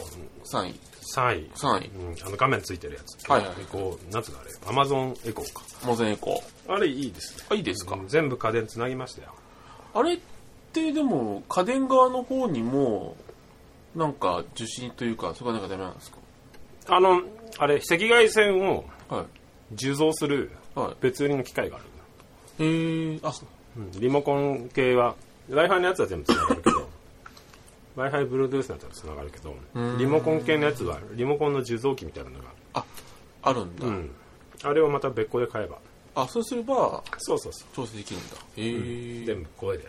S1: 3位。
S2: な。3位。
S1: 3位。
S2: うん、あの画面ついてるやつ。
S1: はいはい
S2: エコー、なんつうのあれ。アマゾンエコーか。
S1: モゼンエコ
S2: あれいいですね。
S1: ー。あ、いいですか、
S2: うん全部家電つなぎましたよ。
S1: あれってでも、家電側の方にも、なんか受信というか、そこはなんかダメなんですか
S2: あの、あれ、赤外線を
S1: はい。
S2: 受像する
S1: はい。
S2: 別売りの機械がある。
S1: えー、あ、そう
S2: うんリモコン系は、Wi-Fi のやつは全部つながるけ ど、Wi-Fi、Bluetooth のやつはつながるけど、リモコン系のやつは、リモコンの受像機みたいなのが
S1: あ、あるんだ。
S2: ある。うん。あれをまた別個で買えば。
S1: あ、そうすれば、
S2: そうそうそう。
S1: 調整できるんだ。えー、
S2: 全部声で。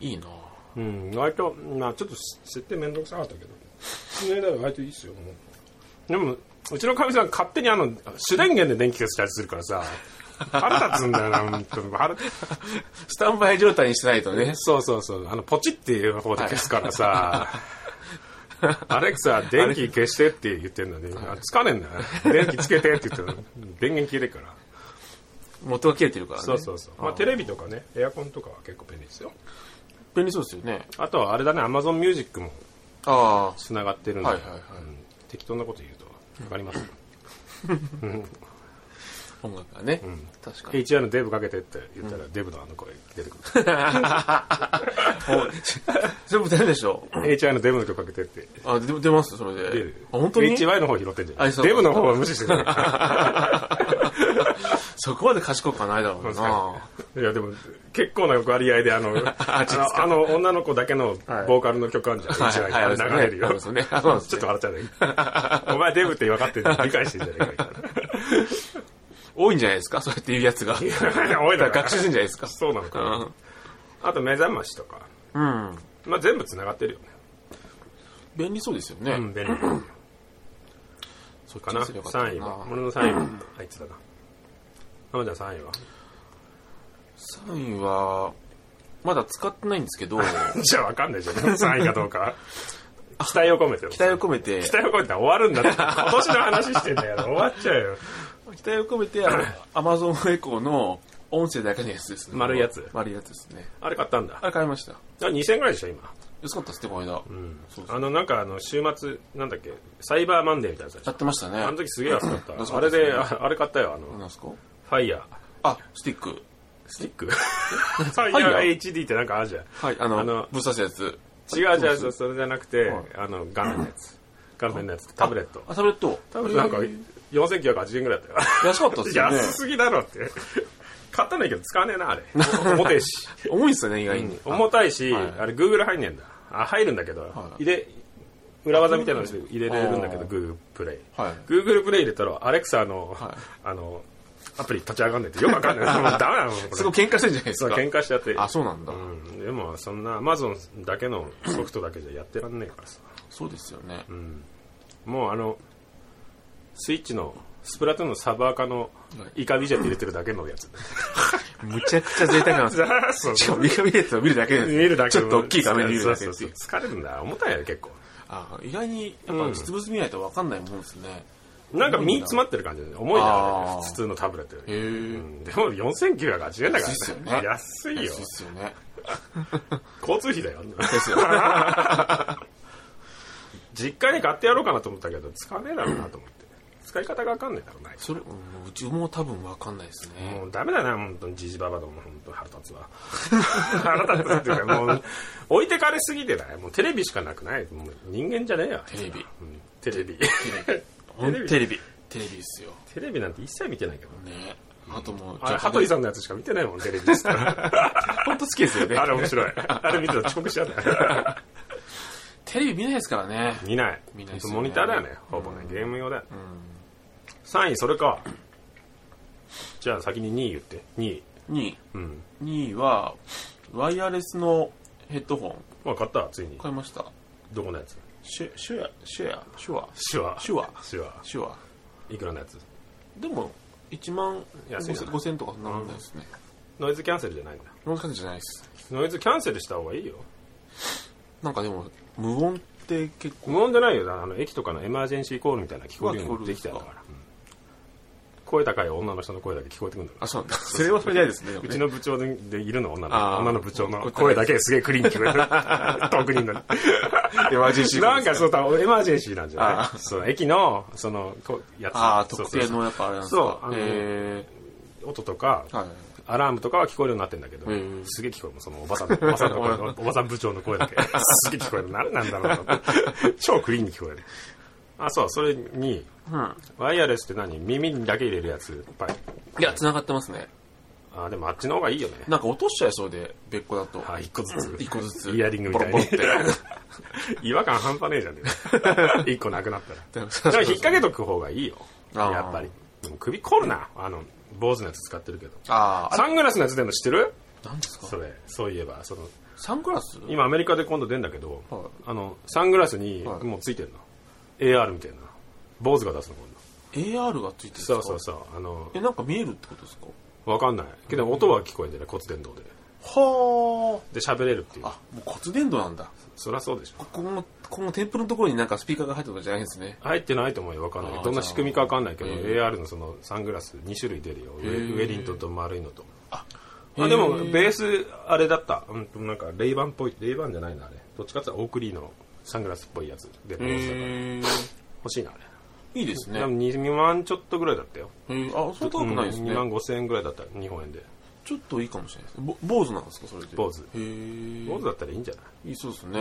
S1: いいな
S2: うん、割と、まあちょっと設定めんどくさかったけど、その間は割といいっすよ。もうでも、うちのかみさん勝手にあの、主電源で電気消したりするからさ、腹立つんだよな、本当に腹立つ
S1: スタンバイ状態にしないとね。
S2: そうそうそう。あの、ポチっていう方で消すからさ。アレクサ、電気消してって言ってんのに、あつかねえんだよ。電気つけてって言ってるのに電源切れるから。
S1: 元が切れてるからね。
S2: そうそうそう。まあ、テレビとかね、エアコンとかは結構便利ですよ。
S1: 便利そうですよね。
S2: あとはあれだね、Amazon Music も
S1: ああ、
S2: 繋がってるんで、
S1: はいはいはい
S2: うん適当なこと言うと分かります。
S1: 音楽がね。確かに。
S2: HR のデブかけてって言ったら、デブのあの声出てくる。
S1: それも出るでしょ
S2: HR のデブの曲かけてって
S1: あ、で出ますそれで。
S2: 出る。
S1: あ、本当に
S2: ?HY の方拾ってんじゃな
S1: あ
S2: い
S1: そうか
S2: デブの方は無視してない。
S1: そこまで賢くはないだろうな。
S2: いやでも結構な割合で あのあ
S1: そうです
S2: のあの女の子だけのボーカルの曲あるじゃん、
S1: はい
S2: 一番
S1: はい
S2: 流れるよ、
S1: ありますねあ ります
S2: ちょ
S1: ね
S2: っと笑っちゃうんだけど お前デブって分かってんの理解してんじゃないか
S1: 多いんじゃないですかそうやって言うやつが。
S2: みたい なおいだから
S1: 学習するんじゃないですか。
S2: そうなのかな、あと目覚ましとか、
S1: うん。うん
S2: まあ、全部つながってるよね
S1: 便利そうですよね。
S2: うん便利
S1: そっ
S2: か
S1: ち
S2: な
S1: にすればよかった
S2: 3位は俺の3位はあいつだな浜ちゃん3位は
S1: 3位は、まだ使ってないんですけど、期
S2: じゃあ分かんないじゃん3位かど うか期待を込めて期
S1: 待を込めて、
S2: 期待を込めて終わるんだって今年の話してんだよ終わっちゃうよ
S1: 期待を込めて、あの Amazon エコーの音声だけのやつですね。
S2: 丸いやつ
S1: 丸いやつですね。
S2: あれ買ったんだ
S1: あれ買いました。
S2: あ2000円ぐらいでしょ今
S1: 安かったっすね、この間。そうそう
S2: あのなんかあの週末なんだっけサイバーマンデーみたいなやつ
S1: や
S2: あ
S1: ってましたね。
S2: の時すげえ安かった、
S1: うん
S2: あれでああれ買ったよあの、フ
S1: 何すか
S2: ァイヤー
S1: あ、スティック。
S2: スティック ファイヤー HD ってなんかあるじゃん
S1: はい、あの、
S2: あの
S1: ぶっ刺すやつ。
S2: 違う違うそうそれじゃなくて、
S1: はい
S2: あの画面のやつ画面のやつタブレット
S1: あ、タブレット。
S2: タブレットなんか
S1: えー
S2: 4980円ぐらいだったよ
S1: 安かったっすよね。
S2: 安すぎだろって買ったんだけど使わねえな あれ重てえし
S1: 重いっすよね、意外に。
S2: 重たいし、
S1: はい
S2: あれ Google 入んねえんだあ入るんだけど、
S1: はい
S2: 入れ裏技みたいなのして入れれるんだけど
S1: あ
S2: Google プレイ、
S1: はい
S2: Google プレイ入れたら Alexa の、
S1: はい
S2: あのアプリ立ち上がんねえってよく わかんないもうダメなのこれ
S1: すごい喧嘩してるじゃないです
S2: そう
S1: か。
S2: 喧嘩しちゃって
S1: あ、そうなんだ。
S2: うん、でもそんな Amazon だけのソフトだけじゃやってらんねえからさ
S1: そうですよね。
S2: もうあのスイッチのスプラトゥーンのサーバー化の
S1: はい
S2: イカビジェット入れてるだけの やつ
S1: むちゃくちゃ贅沢なんですよ。
S2: そう
S1: しかも、ビカビレットを見るだけで
S2: 見えるだけ
S1: ちょっと大きい画面で見るだけ
S2: そう
S1: っ
S2: そ
S1: て
S2: う
S1: いう。
S2: そう疲れるんだ重たいよ結構
S1: あ意外に、やっぱ実物見ないと分かんないもんですね。
S2: なんか身詰まってる感じで重いな
S1: あー
S2: 普通のタブレットより
S1: へえ
S2: うんでも4980円だから、
S1: 安いっすよね
S2: 安いよ
S1: そうですよね。
S2: 交通費だよ
S1: ですよね。
S2: 実家に買ってやろうかなと思ったけど使わねえだろうなと思って使い方が分かんないだろうな
S1: それ、うんうちも多分分かんないですね。
S2: もうダメだな、本当に、じじばばども、本当に腹 立つわ。腹立つっていうか、もう、置いてかれすぎてない。もうテレビしかなくない。もう人間じゃねえよ。
S1: テレビ
S2: うん テレビ。
S1: ほん
S2: テレビ
S1: テレビ。テレビですよ。
S2: テレビなんて一切見てないけど。
S1: ねあともう、
S2: あれ、羽
S1: 本
S2: 鳥さんのやつしか見てないもん、テレビですから。
S1: 当好きですよね
S2: あ。れ面白い。あれ見てたら遅刻しちゃった。
S1: テレビ見ないですからね。
S2: 見ない。
S1: 見ないっすよね
S2: モニターだよね、ほぼね。ゲーム用だよ。3位、それか。じゃあ先に2位言って。2位。
S1: 2位。
S2: うん。
S1: 2位は、ワイヤレスのヘッドホン
S2: まあ、買った、ついに。
S1: 買いました
S2: どこのやつ
S1: シュシュアシュアシュア
S2: 手話。
S1: シュア
S2: 手話。
S1: シュア
S2: いくらのやつ
S1: でも1万
S2: 安いな
S1: 5000とかそんなもんないですね
S2: ノイズキャンセルじゃないんだ。
S1: 4 0じゃないです
S2: ノイズキャンセルした方がいいよ。
S1: なんかでも無音って結構
S2: 無音じゃないよなあの駅とかのエマージェンシーコールみたいなの聞こえるようになってきたんだから、うん声高い女の人の声だけ聞こえてくるんだか
S1: あそうな んだそれはそれで嫌 ですねでもね
S2: らうちの部長ででいるの女
S1: あ
S2: の
S1: ー
S2: 女の部長の声だけすげえクリーンに聞 こえる遠くにいるのに
S1: エマージェンシーコー
S2: な
S1: ル
S2: ん
S1: で
S2: か
S1: す
S2: そうだエマージェンシーなんじゃ
S1: あ
S2: ないその駅のそのこうやつ
S1: ああ
S2: そう
S1: 特
S2: そう
S1: 定
S2: そう
S1: のやっぱあれなんです
S2: そうあ
S1: か
S2: の
S1: え
S2: 音とか
S1: ーはい
S2: アラームとかは聞こえるようになってんだけど、
S1: うん
S2: すげえ聞こえるもんそのおば さんのおばさんの声おばさん部長の声だけすげえ聞こえる何なんだろう なって超クリーンに聞こえるあそうそれに
S1: う
S2: ワイヤレスって何耳にだけ入れるやついっぱい。
S1: んいや繋がってますね
S2: あ、でもあっちの方がいいよね。
S1: なんか落としちゃいそうで別個だと
S2: あ、一個ずつ。
S1: 一個ずつ
S2: イヤリングみたいに
S1: ボロボロっ。
S2: 違和感半端ねえじゃんね。 一個なくなったら。
S1: でも
S2: でも引っ掛けとく方がいいよ。
S1: あー
S2: やっぱり。でも首凝るな。あの、坊主のやつ使ってるけど。
S1: あああ
S2: サングラスのやつ出るの知ってる
S1: れなんですか
S2: それ。そういえば、その、
S1: サングラス
S2: 今アメリカで今度出んだけど
S1: はい、
S2: あの、サングラスに
S1: はい
S2: もうついてるの。AR みたいな。坊主が出すの、今度。
S1: AR がついてるんです
S2: そ
S1: か
S2: うそうそう。あの、
S1: えなんか見えるってことですか
S2: わかんない。けど音は聞こえてる、骨伝導で。
S1: は
S2: で、喋れるっていう
S1: あ。あもう骨伝導なんだ
S2: そりゃそうでしょ
S1: ここのこのテーブルのところになんかスピーカーが入ってるとかじゃないんですね
S2: 入ってないと思うよ分かんない
S1: あー
S2: どんな仕組みか分かんないけど、
S1: じゃあ
S2: AR のそのサングラス2種類出るよ、ウェ
S1: ー
S2: ウェリントンと丸いのと
S1: へ
S2: あ
S1: ー
S2: でもベースあれだったうんとなんかレイバンっぽいレイバンじゃないなあれどっちかっていうとオークリーのサングラスっぽいやつで
S1: へ
S2: 坊主だから
S1: え
S2: 欲しいなあれ
S1: いいですね
S2: でも 2, 万ちょっとぐらいだったよ
S1: へーあそれ高くないですね
S2: 2万5千円ぐらいだった日本円で
S1: ちょっといいかもしれないですねぼ坊主なんですかそれで
S2: 坊主
S1: へえ
S2: 坊主だったらいいんじゃない
S1: いいそうですね、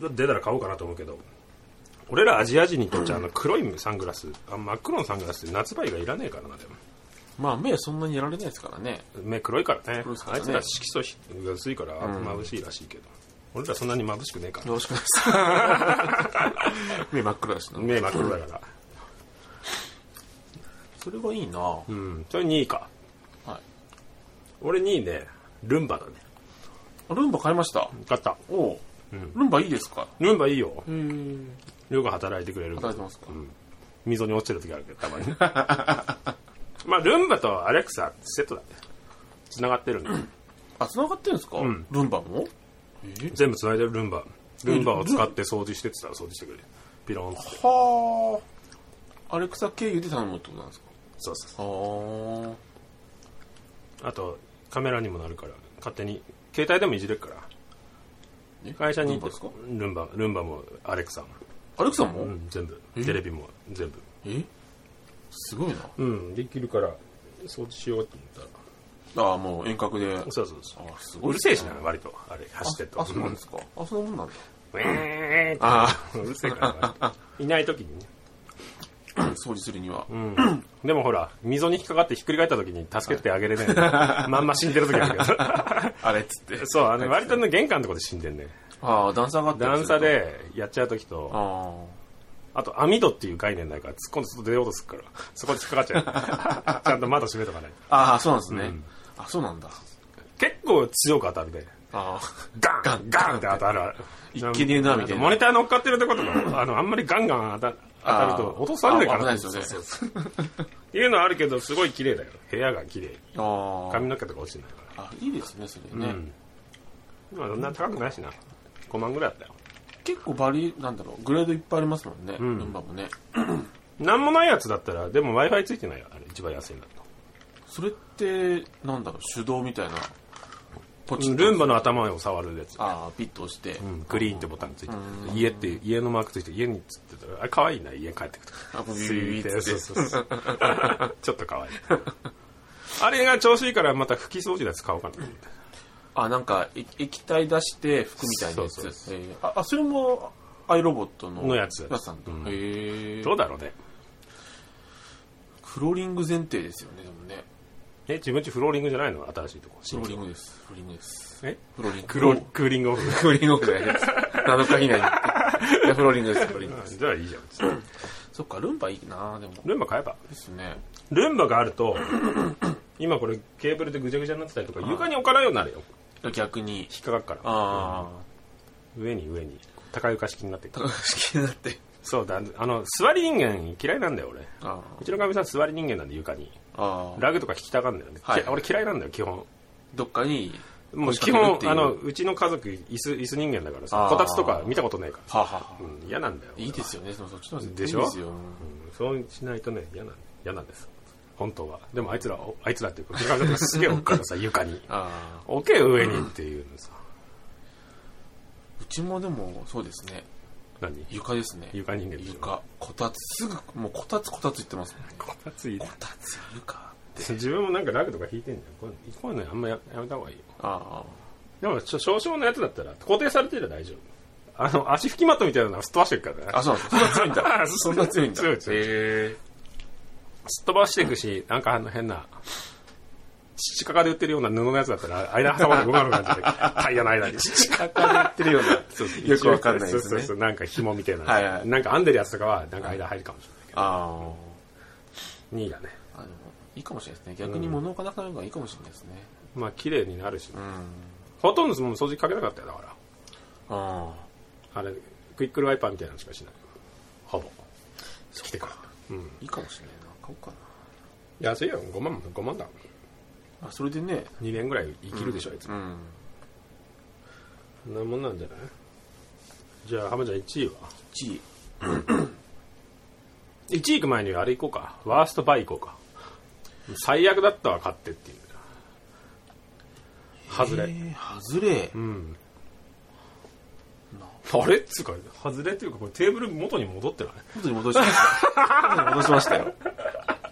S2: うん、出たら買おうかなと思うけど俺らアジア人にとっちゃあの黒いサングラスあ真っ黒のサングラスって夏場以外いらねえからなでも
S1: まあ目そんなにやられないですからね
S2: 目黒いからね
S1: 黒いですから
S2: あ
S1: ね
S2: いつら色素が薄いから眩しいらしいけど、俺らそんなに眩しくねえから
S1: よろしくないです 目真っ暗だしな
S2: 目真っ黒だから
S1: それはいいな、は
S2: うんそれ2位か
S1: いあ
S2: 俺2位ねルンバだね
S1: ルンバ買いました
S2: 買った
S1: おお、
S2: うん
S1: ルンバいいですか
S2: ルンバいいよ
S1: へえ
S2: よく働いてくれる
S1: 働いてますか、
S2: うん溝に落ちてる時あるけどた まにまあルンバとアレクサセットだねつながってるね
S1: あ繋がってるんですか、
S2: ん
S1: ルンバもえ
S2: 全部つないでるルンバルンバを使って掃除してって言ったら掃除してくれるピローンって
S1: はあアレクサ経由で頼むってことなんですか
S2: そうそうそ
S1: ああ
S2: うあとカメラにもなるから勝手に携帯でもいじれるから
S1: え
S2: 会社
S1: ル
S2: に
S1: ン
S2: 行
S1: バで
S2: って
S1: すか
S2: ルンバルンバもアレクサも、
S1: アレクサも、
S2: うん、全部
S1: え
S2: テレビも全部
S1: えすごいな
S2: うんできるから掃除しようと思っ
S1: ああもう遠隔で
S2: たらそうそうそ
S1: あす
S2: うう
S1: ごい
S2: るせえしな割とあれ走ってると
S1: あそうなんですかあそんなもんなんだ
S2: ウィーンって
S1: あ
S2: うるせえからないない時にね、
S1: あ掃除するには、
S2: でもほら溝に引っかかってひっくり返った時に助けてあげれない、 まんま死んでる時あるけど
S1: あれっつって
S2: そうあの割とね玄関のとこで死んでんね
S1: ああ段差があって
S2: 段差でやっちゃう時と
S1: ああ
S2: あと網戸っていう概念ないから突っ込んで外出ようとするからそこで引っかかっちゃう ちゃんと窓閉めとかない
S1: ああ、そうなんですね。
S2: うん
S1: あ、そうなんだ。
S2: 結構強く当たるね
S1: あ
S2: ガンガンガンって当たる
S1: いっけねえなみたいな
S2: あとモニター乗っかってるとこ とかあのあんまりガンガン当た当たると落とされるか
S1: あ
S2: ら
S1: 危ないですよね
S2: そうそうそういうのはあるけどすごい綺麗だよ部屋が綺麗
S1: あ、あ
S2: 髪の毛とか落ちてないから
S1: あ。あ、いいですね、それ
S2: ね
S1: ね。
S2: まあそんな高くないしな5万ぐらいだったよ
S1: 結構バリ、なんだろう、グレードいっぱいありますもんね、
S2: ん
S1: ルンバもね。
S2: なんもないやつだったらでも w i f i ついてないよあれ一番安いんだと
S1: それって、なんだろう、手動みたいな。ポチッと
S2: ルンバの頭を触るやつ
S1: ああ、ピッと押して。
S2: うんグリーンってボタンついてる家っていう家のマークついてる家につってたらあれ可愛いな家帰ってくる
S1: あ、ブ
S2: と
S1: ビビビって。
S2: そうそうそう ちょっと可愛いあれが調子いいからまた拭き掃除のやつ買おうかなと思って
S1: あ、なんか、え液体出して、服みたいなや
S2: そうそう
S1: つ。えーあ、あそれも、アイロボットの。
S2: のやつ
S1: やつなんだ。
S2: うん
S1: へえ。
S2: どうだろうね
S1: フローリング前提ですよね、でもね。
S2: え自分ちフローリングじゃないの新しいとこ
S1: フローリングです。フローリングです。
S2: え
S1: フローリング。
S2: クロクーリングオフ
S1: フローリングオフじゃないです。7日 以内に行って。いや、フローリングです、フローリングです。
S2: じゃあいいじゃん
S1: そっか、ルンバいいなでも。
S2: ルンバ買えば
S1: ですね。
S2: ルンバがあると今これケーブルでぐちゃぐちゃになってたりとか床に置かないようになるよ
S1: 逆に。
S2: 引っかかるから
S1: ああ、
S2: 上に上に高床式になって
S1: 高橋気になって。
S2: そうだあの座り人間嫌いなんだよ俺
S1: あ
S2: うちのかみさん座り人間なんで床に
S1: あ、ああ、
S2: ラグとか引きたがるんだよね、
S1: はい
S2: き俺嫌いなんだよ基本
S1: どっかに、
S2: もう
S1: 腰
S2: 基
S1: 掛けるっ
S2: 本
S1: ていう
S2: あのうちの家族椅子椅子人間だから
S1: あ
S2: さ
S1: ー
S2: こたつとか見たことないか
S1: はあ、はあ
S2: ら、うん、嫌なんだよ
S1: いいですよね、そのそっちの方が
S2: でしょ
S1: いいですよ。
S2: うんそうしないとね嫌なん嫌なんです本当はでもあいつらおあいつらっていうかうちのかみさんとかすげえ置くから さ床に
S1: ああ、
S2: 置けよ上にっていうのさ
S1: うちもでも、そうですね。
S2: 何
S1: 床ですね。
S2: 床人間でしょ
S1: 床。こたつ、すぐ、もうこたつこたつ言ってますもん。
S2: こたついい
S1: こたつ床。
S2: 自分もなんかラグとか引いてんじゃんこれこういうのあんまややめた方がいいよ
S1: あ
S2: でもちょ少々のやつだったら固定されてれば大丈夫あの足拭きマットみたいなのはすっ飛ばしてるからね
S1: あ。あ、そうなんですか。そんな強いんだ。そんな強いんだ。
S2: 強い強い
S1: へえ。
S2: すっ飛ばしていくし、なんかあの変な、父かかで売ってるような布のやつだったら、間挟まって動かなくなっ ちゃう。タイヤの間に。父か
S1: こやってるような。
S2: そうそう
S1: よくわかんないですね
S2: そうそうそう、なんか紐みたいな。
S1: はいはい
S2: なんか編んでるやつとかは、なんか間入るかもしれないけ
S1: あ
S2: ど。2位がね。
S1: あ。あの、いいかもしれないですね。逆に物置かなくなるのがいいかもしれないですね。
S2: まあ、綺麗になるし、
S1: うん。あ
S2: ほとんどもう掃除かけなかったよ、だから。
S1: あ。
S2: あれ、クイックルワイパーみたいなのしかしない。ほぼ。来てから。うん。
S1: いいかもしれないな。買おうか
S2: 安いよ、5万、5万だ。
S1: な。あ、それでね。
S2: 2年ぐらい生きるでしょ、あいつ
S1: う。ん。
S2: そんなもんなんじゃないじゃあ、浜ちゃん1位は
S1: 1位。
S2: 1位行く前にあれ行こうかワーストバイ行こうか最悪だったわ買ってっていう外れ、
S1: えー外れ
S2: う。ん
S1: な
S2: あれっつうか外れっていうかこれテーブル元に戻ってない
S1: 元に戻しました。元に戻しましたよ。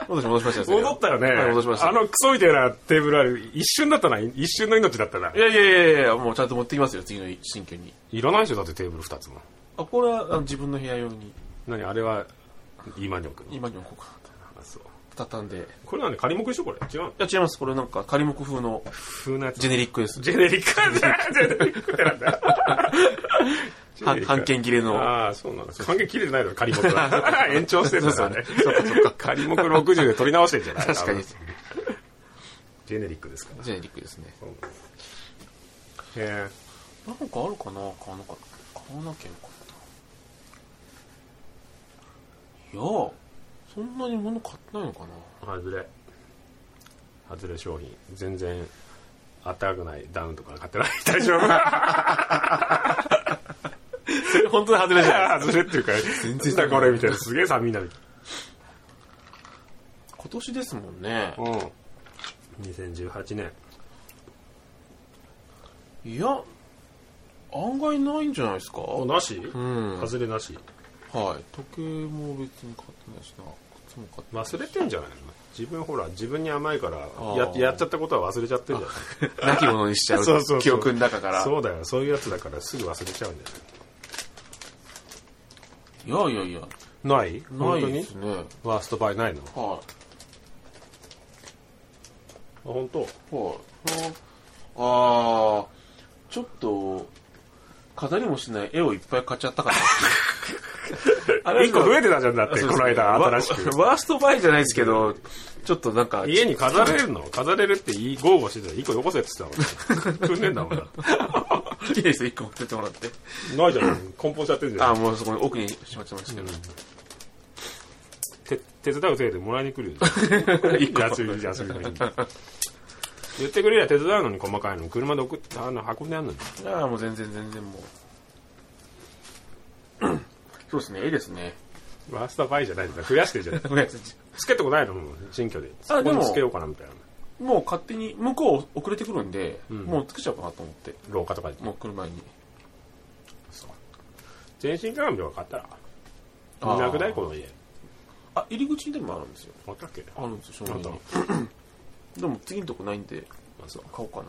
S1: 元に戻しましたよそれは。
S2: 戻ったよね、
S1: はい戻しました
S2: あのクソみたいなテーブルある一瞬だったな一瞬の命だったない
S1: やいやいやいやいや、もうちゃんと持ってきますよ、次の新居に。
S2: いらないでしょだってテーブル2つも
S1: あ、これはあの自分の部屋用に、
S2: 何あれは今に置くの
S1: 今に置こうかなと。
S2: あそう
S1: 畳んで。い
S2: これなんで仮目でしょこれ違う
S1: や、違います。これなんか、仮木風の
S2: 風なやつ
S1: ジェネリックです。
S2: ジェネリックなんだジェネリックってなんだ
S1: は半券切れの。
S2: ああ、そうなんです。関係切れてないだろ、仮目は。 延長してるんだね。 仮目60で取り直してんじゃない
S1: 確かに
S2: 多。分ジェネリックですから。
S1: ジェネリックですね。
S2: へ
S1: なんかあるかな買わなかった。買わなきゃよかった。いやそんなに物買ってないのかな
S2: え。外れ。外れ商品。全然、あったかくないダウンとか買ってない。 大丈夫
S1: それ 本当に外れじゃない
S2: 外れっていうか、全
S1: 然
S2: だこれみたいな。すげえ寒いな、みたい
S1: 今年ですもんね。
S2: な。うん。2018年。
S1: いや、案外ないんじゃないですか
S2: お、なし
S1: うん。はい。
S2: 外れなし。
S1: 時計も別に買ってないしな。靴も買ってない。
S2: 忘れてんじゃないの自分ほら、自分に甘いから
S1: ー、
S2: や、やっちゃったことは忘れちゃってんじゃない
S1: なきものにしちゃ
S2: そうそうそうう
S1: 記憶の中から。
S2: そうだよ、そういうやつだからすぐ忘れちゃうんだよ
S1: いやいやいや、
S2: ないない
S1: な
S2: 本当
S1: いで
S2: に
S1: すね。はい。
S2: ワーストバイないのあ、
S1: は
S2: 本当。
S1: い。あー、ちょっと、飾りもしない絵をいっぱい買っちゃったから。あ
S2: 一個増えてたじゃんだって、
S1: そう
S2: こ
S1: です
S2: の
S1: ね
S2: 間、
S1: わ
S2: 新しく。
S1: ワーストバイじゃないですけど、ちょっとなんか、
S2: 家に飾れるの飾れるっていい、豪語してたよ。一個よこせって言ってたもん。 組んでんだもんだって。
S1: いいですよ、一個持ってってもらって。
S2: ないじゃん。梱包しちゃってんじゃ
S1: あ
S2: ん。
S1: ー、もうそこに奥にしまってましたけど。
S2: て手伝うせいでもらいに来るよ。
S1: 一個
S2: 休み、休みの日に。言ってくれりゃ手伝うのに細かいの。車で送って、あの、運んであんのに。
S1: いやーもう全然全然もう。 そうですね、絵ですね。
S2: ワーストバイじゃないんだ。増やしてるじゃん。つけてこないのもう新居で。
S1: あ
S2: そこ
S1: でも
S2: につけようかなみたいな。
S1: もう勝手に、向こう遅れてくるんで、
S2: ん
S1: もうつけちゃおうかなと思って、
S2: 廊下とかに。
S1: もう来る前に。
S2: 全身鏡とか買ったら。
S1: あー
S2: なくないこの家。
S1: あ、入り口にでもあるんですよ。
S2: あったっけ
S1: あるんですよ、正
S2: な
S1: 面
S2: んだろ
S1: に。でも次のとこないんで、
S2: まずは
S1: 買おうかな。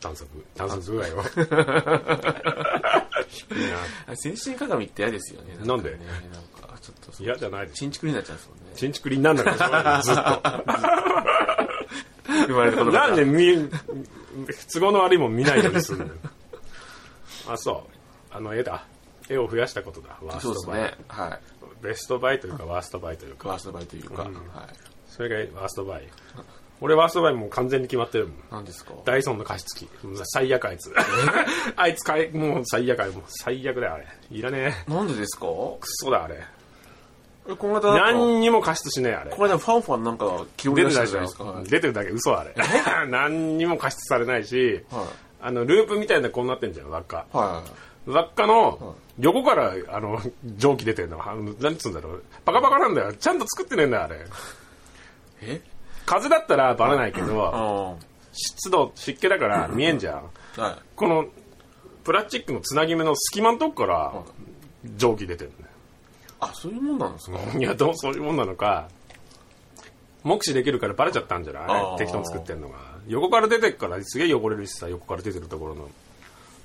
S2: 探索、探索具合は。いや、
S1: あ全身鏡って嫌ですよね。かね
S2: なんで
S1: なんか、ちょっとそう、
S2: 嫌じゃないでしょ。
S1: 新築になっちゃうんですもんね。
S2: 新築になんだから、ずっ
S1: 生まれたこと
S2: と。
S1: が
S2: なんで見、都合の悪いもん見ないようにする んだよ。あ、そう。あの絵だ。絵を増やしたことだ。ワー
S1: そう
S2: ス
S1: で
S2: ト
S1: す
S2: バイ。
S1: ね。はい。
S2: ベストバイというか、ワーストバイというか。
S1: ワーストバイというか、
S2: う
S1: は
S2: ん
S1: い。
S2: それがワーストバイ。俺ワーストバイもう完全に決まってるもん。
S1: 何ですか
S2: ダイソンの加湿器。もう最悪あいつ。 あいつかい、もう最悪あれ。もう最悪だよ、あれ。いらねえ。
S1: なんでですかこ
S2: クソだ、あれ。
S1: の間なんか、
S2: 何にも加湿しねえ、あれ。
S1: この間ファンファンなんか気を
S2: 出
S1: 出し
S2: て
S1: た
S2: だ
S1: じゃ
S2: け
S1: ないですか。はい
S2: 出てるだけ嘘だあれ 何にも加湿されないし、
S1: はい
S2: あのループみたいなこうなってんじゃん輪っか
S1: はい。
S2: 輪っかの横からあの蒸気出てるのあのなんつうんだろうパカパカなんだよちゃんと作ってねえんだよあれ
S1: え
S2: 風だったらバレないけ
S1: う
S2: ど
S1: ん。は
S2: 湿度湿気だから見えんじゃん
S1: い。は
S2: このプラスチックのつなぎ目の隙間のとこから
S1: い
S2: 蒸気出てるんだよ
S1: あ、そういうもんなんですか
S2: いや、どう、そういうもんなのか、目視できるからバレちゃったんじゃな
S1: あ
S2: い
S1: ー
S2: 適当に作ってんのが。横から出てくからすげえ汚れるしさ、横から出てるところの。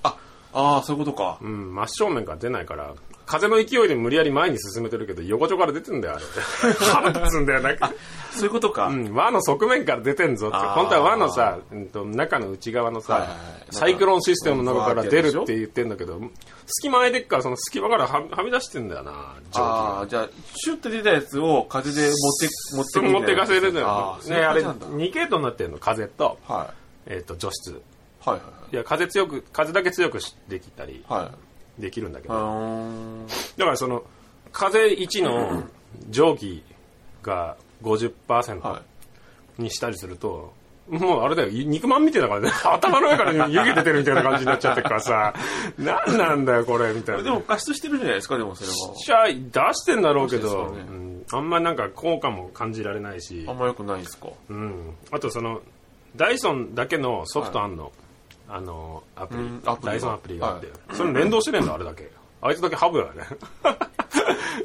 S1: あ、ああ、そういうことか。
S2: うん、真正面から出ないから、風の勢いで無理やり前に進めてるけど、横丁から出てんだよ、あれ。腹立つんだよ、な んか。
S1: そういうことか。
S2: うん、輪の側面から出てんぞって。
S1: あー
S2: 本当は輪のさ、うんと、中の内側のさ、
S1: はいはいはい
S2: サイクロンシステムの中から出る
S1: うん
S2: って言ってんだけど、隙間空いてっから、その隙間からははみ出してんだよな、蒸気が
S1: あ。あ、じゃあ、シュッて出たやつを風で持って、持って
S2: それ持ってかせるの
S1: あ
S2: よ
S1: あ、。そう
S2: ね、
S1: いう
S2: あ
S1: 感
S2: れ、
S1: じなんだ。
S2: 2系統になってるの、風と、
S1: は
S2: えっ、と、除湿。
S1: い。はいはい
S2: いや、風強く、風だけ強くしできたり、
S1: はい。はい。
S2: できるんだけ
S1: う
S2: ど、
S1: ーん。
S2: だからその、風1の蒸気が50%
S1: はい。
S2: にしたりすると、もうあれだよ、い肉まんみたいな感じで、 頭の上か ら湯気出てるみたいな感じになっちゃってるからさ、何なんだよ、これ、みたい
S1: で
S2: な。
S1: も加湿してるじゃないですか、でもそれは。
S2: シャイ出してんだろうけど、
S1: そうです
S2: う
S1: よ
S2: んあんまなんか効果も感じられないし
S1: あん、ま良くないですか。
S2: うん、あとそのダイソンだけのソフトあんの、あのアプリ
S1: うんアプリが
S2: ダイソンアプリがあって、それ連動してねえんだあれだけあいつだけハブだよね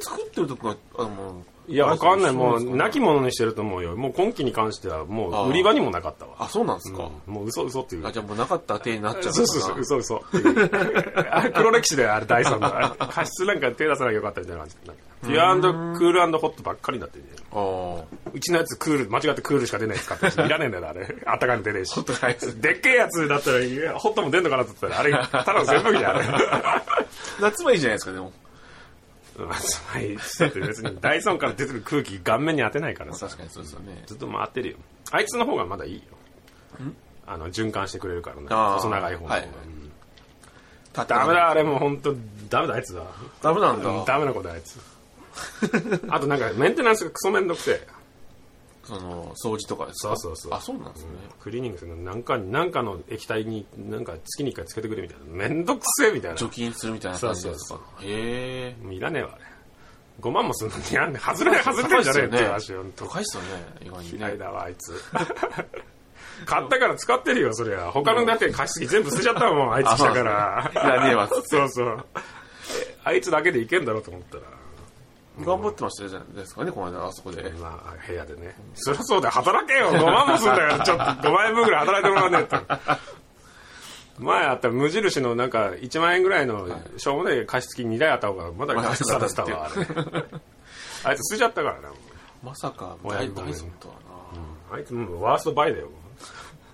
S1: 作ってるとこは、あの、
S2: いや わかんない
S1: そう
S2: も
S1: です
S2: う
S1: か
S2: なきものにしてると思うよもう今期に関してはもう売り場にもなかったわ
S1: あ、そうなんですか。
S2: もう嘘嘘っていう
S1: あ、じゃあもうなかった手になっちゃうのか
S2: そう
S1: な
S2: そうそう、嘘嘘っていう。 あれ黒歴史だよ、あれ、ダイソンの。 あれ加湿なんか手出さなきゃよかったみたいな感じ。なんかピュアクールホットばっかりになってるじゃん
S1: あ
S2: うちのやつクール、間違ってクールしか出ないやつ買ったし、いらねえんだよな、あれ。 あったかいの出ねえし。
S1: トなやつ
S2: でっけえやつだったらいや、ホットも出んのかなと思ったら、あれ、ただの扇風 機じゃんあれ。
S1: あ。夏はいいじゃないですか、でも。
S2: まあつまり、だって別にダイソンから出てる空気顔面に当てないからさ、
S1: 確かにそうですよね。
S2: ずっと回ってるよ。あいつの方がまだいいよ。あの、循環してくれるからね。
S1: あー
S2: 細長い方の方が。
S1: はい
S2: うん
S1: ダメ
S2: ダメだ、あれもう本当ダメだ、あいつだ。
S1: ダメなんだ。
S2: ダメなことだ、あ いつ。あとなんか、メンテナンスがクソめんどくせえ。
S1: その、掃除とかです
S2: そ
S1: か
S2: うそうそう。
S1: あ、そうなんですね。
S2: クリーニングするのなんかなんかの液体になんか月に1回つけてくれみたいなめんどくせえみたいな
S1: 除菌するみたいな感じです
S2: そう
S1: か。へえ。
S2: もういらねえわあれ5万もするのにやんね外れ外れてんじゃねえっていう話よ本
S1: 高いっすよね、意外
S2: 当
S1: に
S2: 嫌い
S1: ね。
S2: だわあいつ買ったから使ってるよそりゃ他のだって貸し付き全部捨てちゃったもんあいつ来たから
S1: あそうですねいらねえわ
S2: そうそうえあいつだけでいけんだろうと思ったら
S1: 頑張ってましたじゃないですかね、この間、あそこで。
S2: まあ部屋でねそりゃそうだよ働けよ5万もするんだからちょっと5万円分ぐらい働いてもらわねえと前あった無印のなんか1万円ぐらいのしょうもない加湿器2台あった方がまだ加湿されてたわあれあいつ捨てちゃったからなも
S1: まさか、
S2: 親
S1: ダ
S2: 指
S1: イ
S2: ご
S1: ダ
S2: めん
S1: イソンとはな。
S2: うあいつもうワーストバイだよ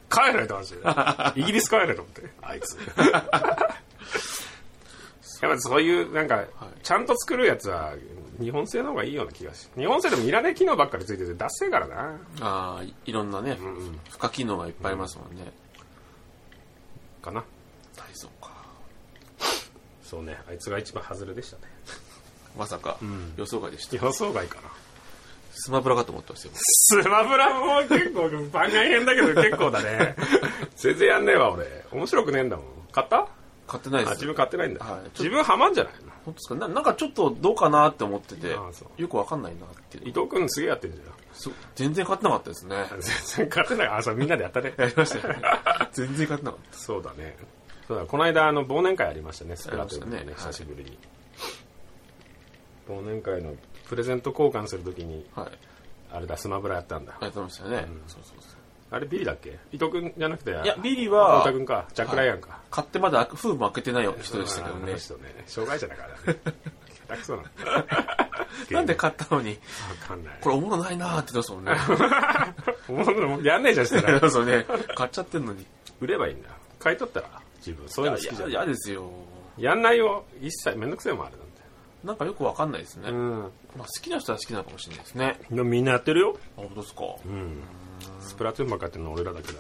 S2: 帰れって話 だよイギリス帰れと思ってあい つやっぱそういうなんかちゃんと作るやつは日本製の方がいいような気がし日本製でもいらねえ機能ばっかりついててダッセえからな
S1: ああ、いいろんなね、付加機能がいっぱいありますもんね。
S2: かな
S1: ダイソンか。
S2: そうねあいつが一番外れでしたね
S1: まさか、予想外でした。
S2: 予想外かな
S1: スマブラかと思ってましたよ。
S2: スマブラも結構番外編だけど結構だね 全然やんねえわ俺面白くねえんだもん買った
S1: 買ってない
S2: あ
S1: です。
S2: 自分買ってないんだ、
S1: はい
S2: 自分ハマんじゃないの
S1: 本当ですかななんかちょっとどうかなって思ってて
S2: ああそう、
S1: よくわかんないなっていう
S2: 伊藤君すげえやってんじゃ
S1: そう全然勝てなかったですね。
S2: ん全然買ってないあそうみんなでやったね
S1: やりましたよね。全然勝てなかった。
S2: そうだねそうだこの間あの忘年会ありましたねスプラトゥーンの
S1: あり
S2: ね
S1: ましたね
S2: 久しぶりに、忘年会のプレゼント交換するときに
S1: はい。
S2: あれだスマブラやったんだ
S1: やってましたね。そうそうそう。
S2: あれビリだっけ伊藤君じゃなくて
S1: いや、ビリー
S2: あ
S1: は
S2: 太田、君かジャック・ライアンか、
S1: 買ってまだ封も開けてない人でしたけど
S2: あ
S1: ね
S2: の。人ね障害者だからね下手くそなんだ
S1: なんで買ったのに、
S2: わかんない
S1: これおもろないなーって言ってましたもんね。
S2: もうもうやんねえじゃんした ら
S1: そうね。買っちゃってんのに。い
S2: 売ればいいんだ買い取ったら自分そういう
S1: や
S2: の好きじゃん
S1: いや、嫌ですよ。
S2: やんないよ一切めんどくせえもんあれなん
S1: なんかよくわかんないですね。
S2: だよ
S1: まあ好きな人は好きなのかもしれないですね。
S2: うんでもみんなやってるよ
S1: あ、本当ですか。
S2: うんスプラトゥーンばっかやってるの俺らだけだ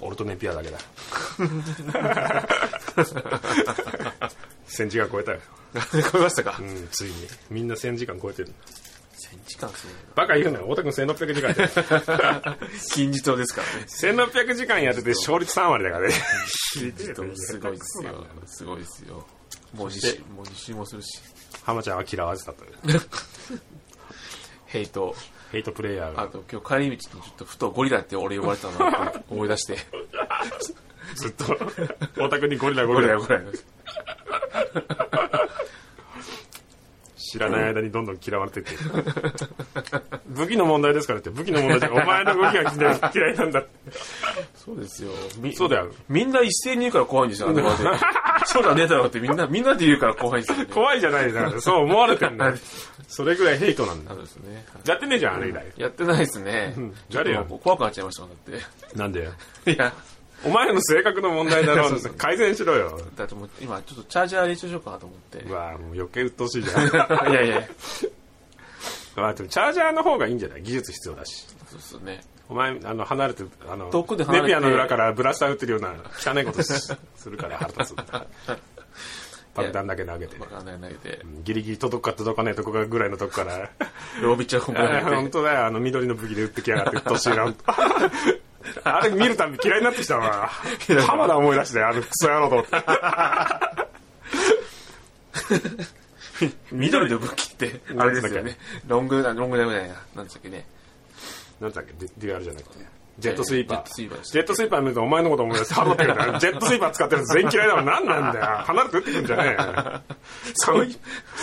S2: 俺とネピアだけだ 1000時間超えたよ、
S1: 超えましたか
S2: うん、ついにみんな1000時間超えてる
S1: 1000時間す
S2: バカ言うなよ太田君1600時間やってる
S1: ごい金字塔ですからね
S2: 1600時間やってて勝率3割だからね
S1: 金字塔すごいですよすごいですよもう自信もう自信もするし
S2: 浜ちゃんは嫌われてたという
S1: ヘイト
S2: ヘイトプレイヤー
S1: あ
S2: が
S1: と今日帰り道にちょっとふとゴリラって俺呼ばれたなって思い出して
S2: ずっと太田君にゴリラゴ
S1: ゴ
S2: リ
S1: リラ
S2: ラ
S1: ゴリラ
S2: 知らない間にどんどん嫌われてって武器の問題ですからって武器の問題じゃなくお前の動きが嫌い嫌いなんだって
S1: そうですよみ
S2: そうだよ
S1: みんな一斉に言うから怖いんですよあの場で そう だねだろうってみんなみんなで言うから怖いんですよね
S2: 怖いじゃない だからそう思われてんだそれぐらいヘイトなんだ
S1: そうですね
S2: やってねえじゃんあれ以来
S1: やってないですね
S2: 誰よ
S1: もう怖くなっちゃいましたもんだっ
S2: なんで
S1: ていや
S2: お前の性格の問題 だろ
S1: そうそう
S2: 改善しろよ
S1: だってもう今ちょっとチャージャー練習しようかなと思って
S2: うわもう余計鬱陶しいじゃん
S1: いやいや
S2: あでもチャージャーの方がいいんじゃない技術必要だし
S1: そうですね
S2: お前あの離れてあの
S1: 遠くで離れて
S2: ネピアの裏からブラスター打ってるような汚いことしするから腹 立つ爆弾だけ投げて
S1: バカな投げて
S2: ギリギリ届くか届かないとこかぐらいのとこから
S1: ロービッチャ ーコンボ
S2: あ
S1: 投
S2: 本
S1: げて
S2: 当だ よ、あの緑の武器で打ってきやがって、うっとうしいな。本当 あれ見るたび嫌いになってきたわ。浜田思い出して、あのクソ野郎と思って。
S1: 緑の武器ってあれですよねロングダロングダムじゃないななんでしたっけね
S2: なんだっけ、デュデュアルじゃなくて。ジェットスイーパー。
S1: ジェットスイーパーです
S2: ジェットスイーパー見るとお前のこと思い出して、腹立ってくるからジェットスイーパー使ってるの全員嫌いだもん。何なんだよ。離れて打ってくんじゃねえよ。 そう いう、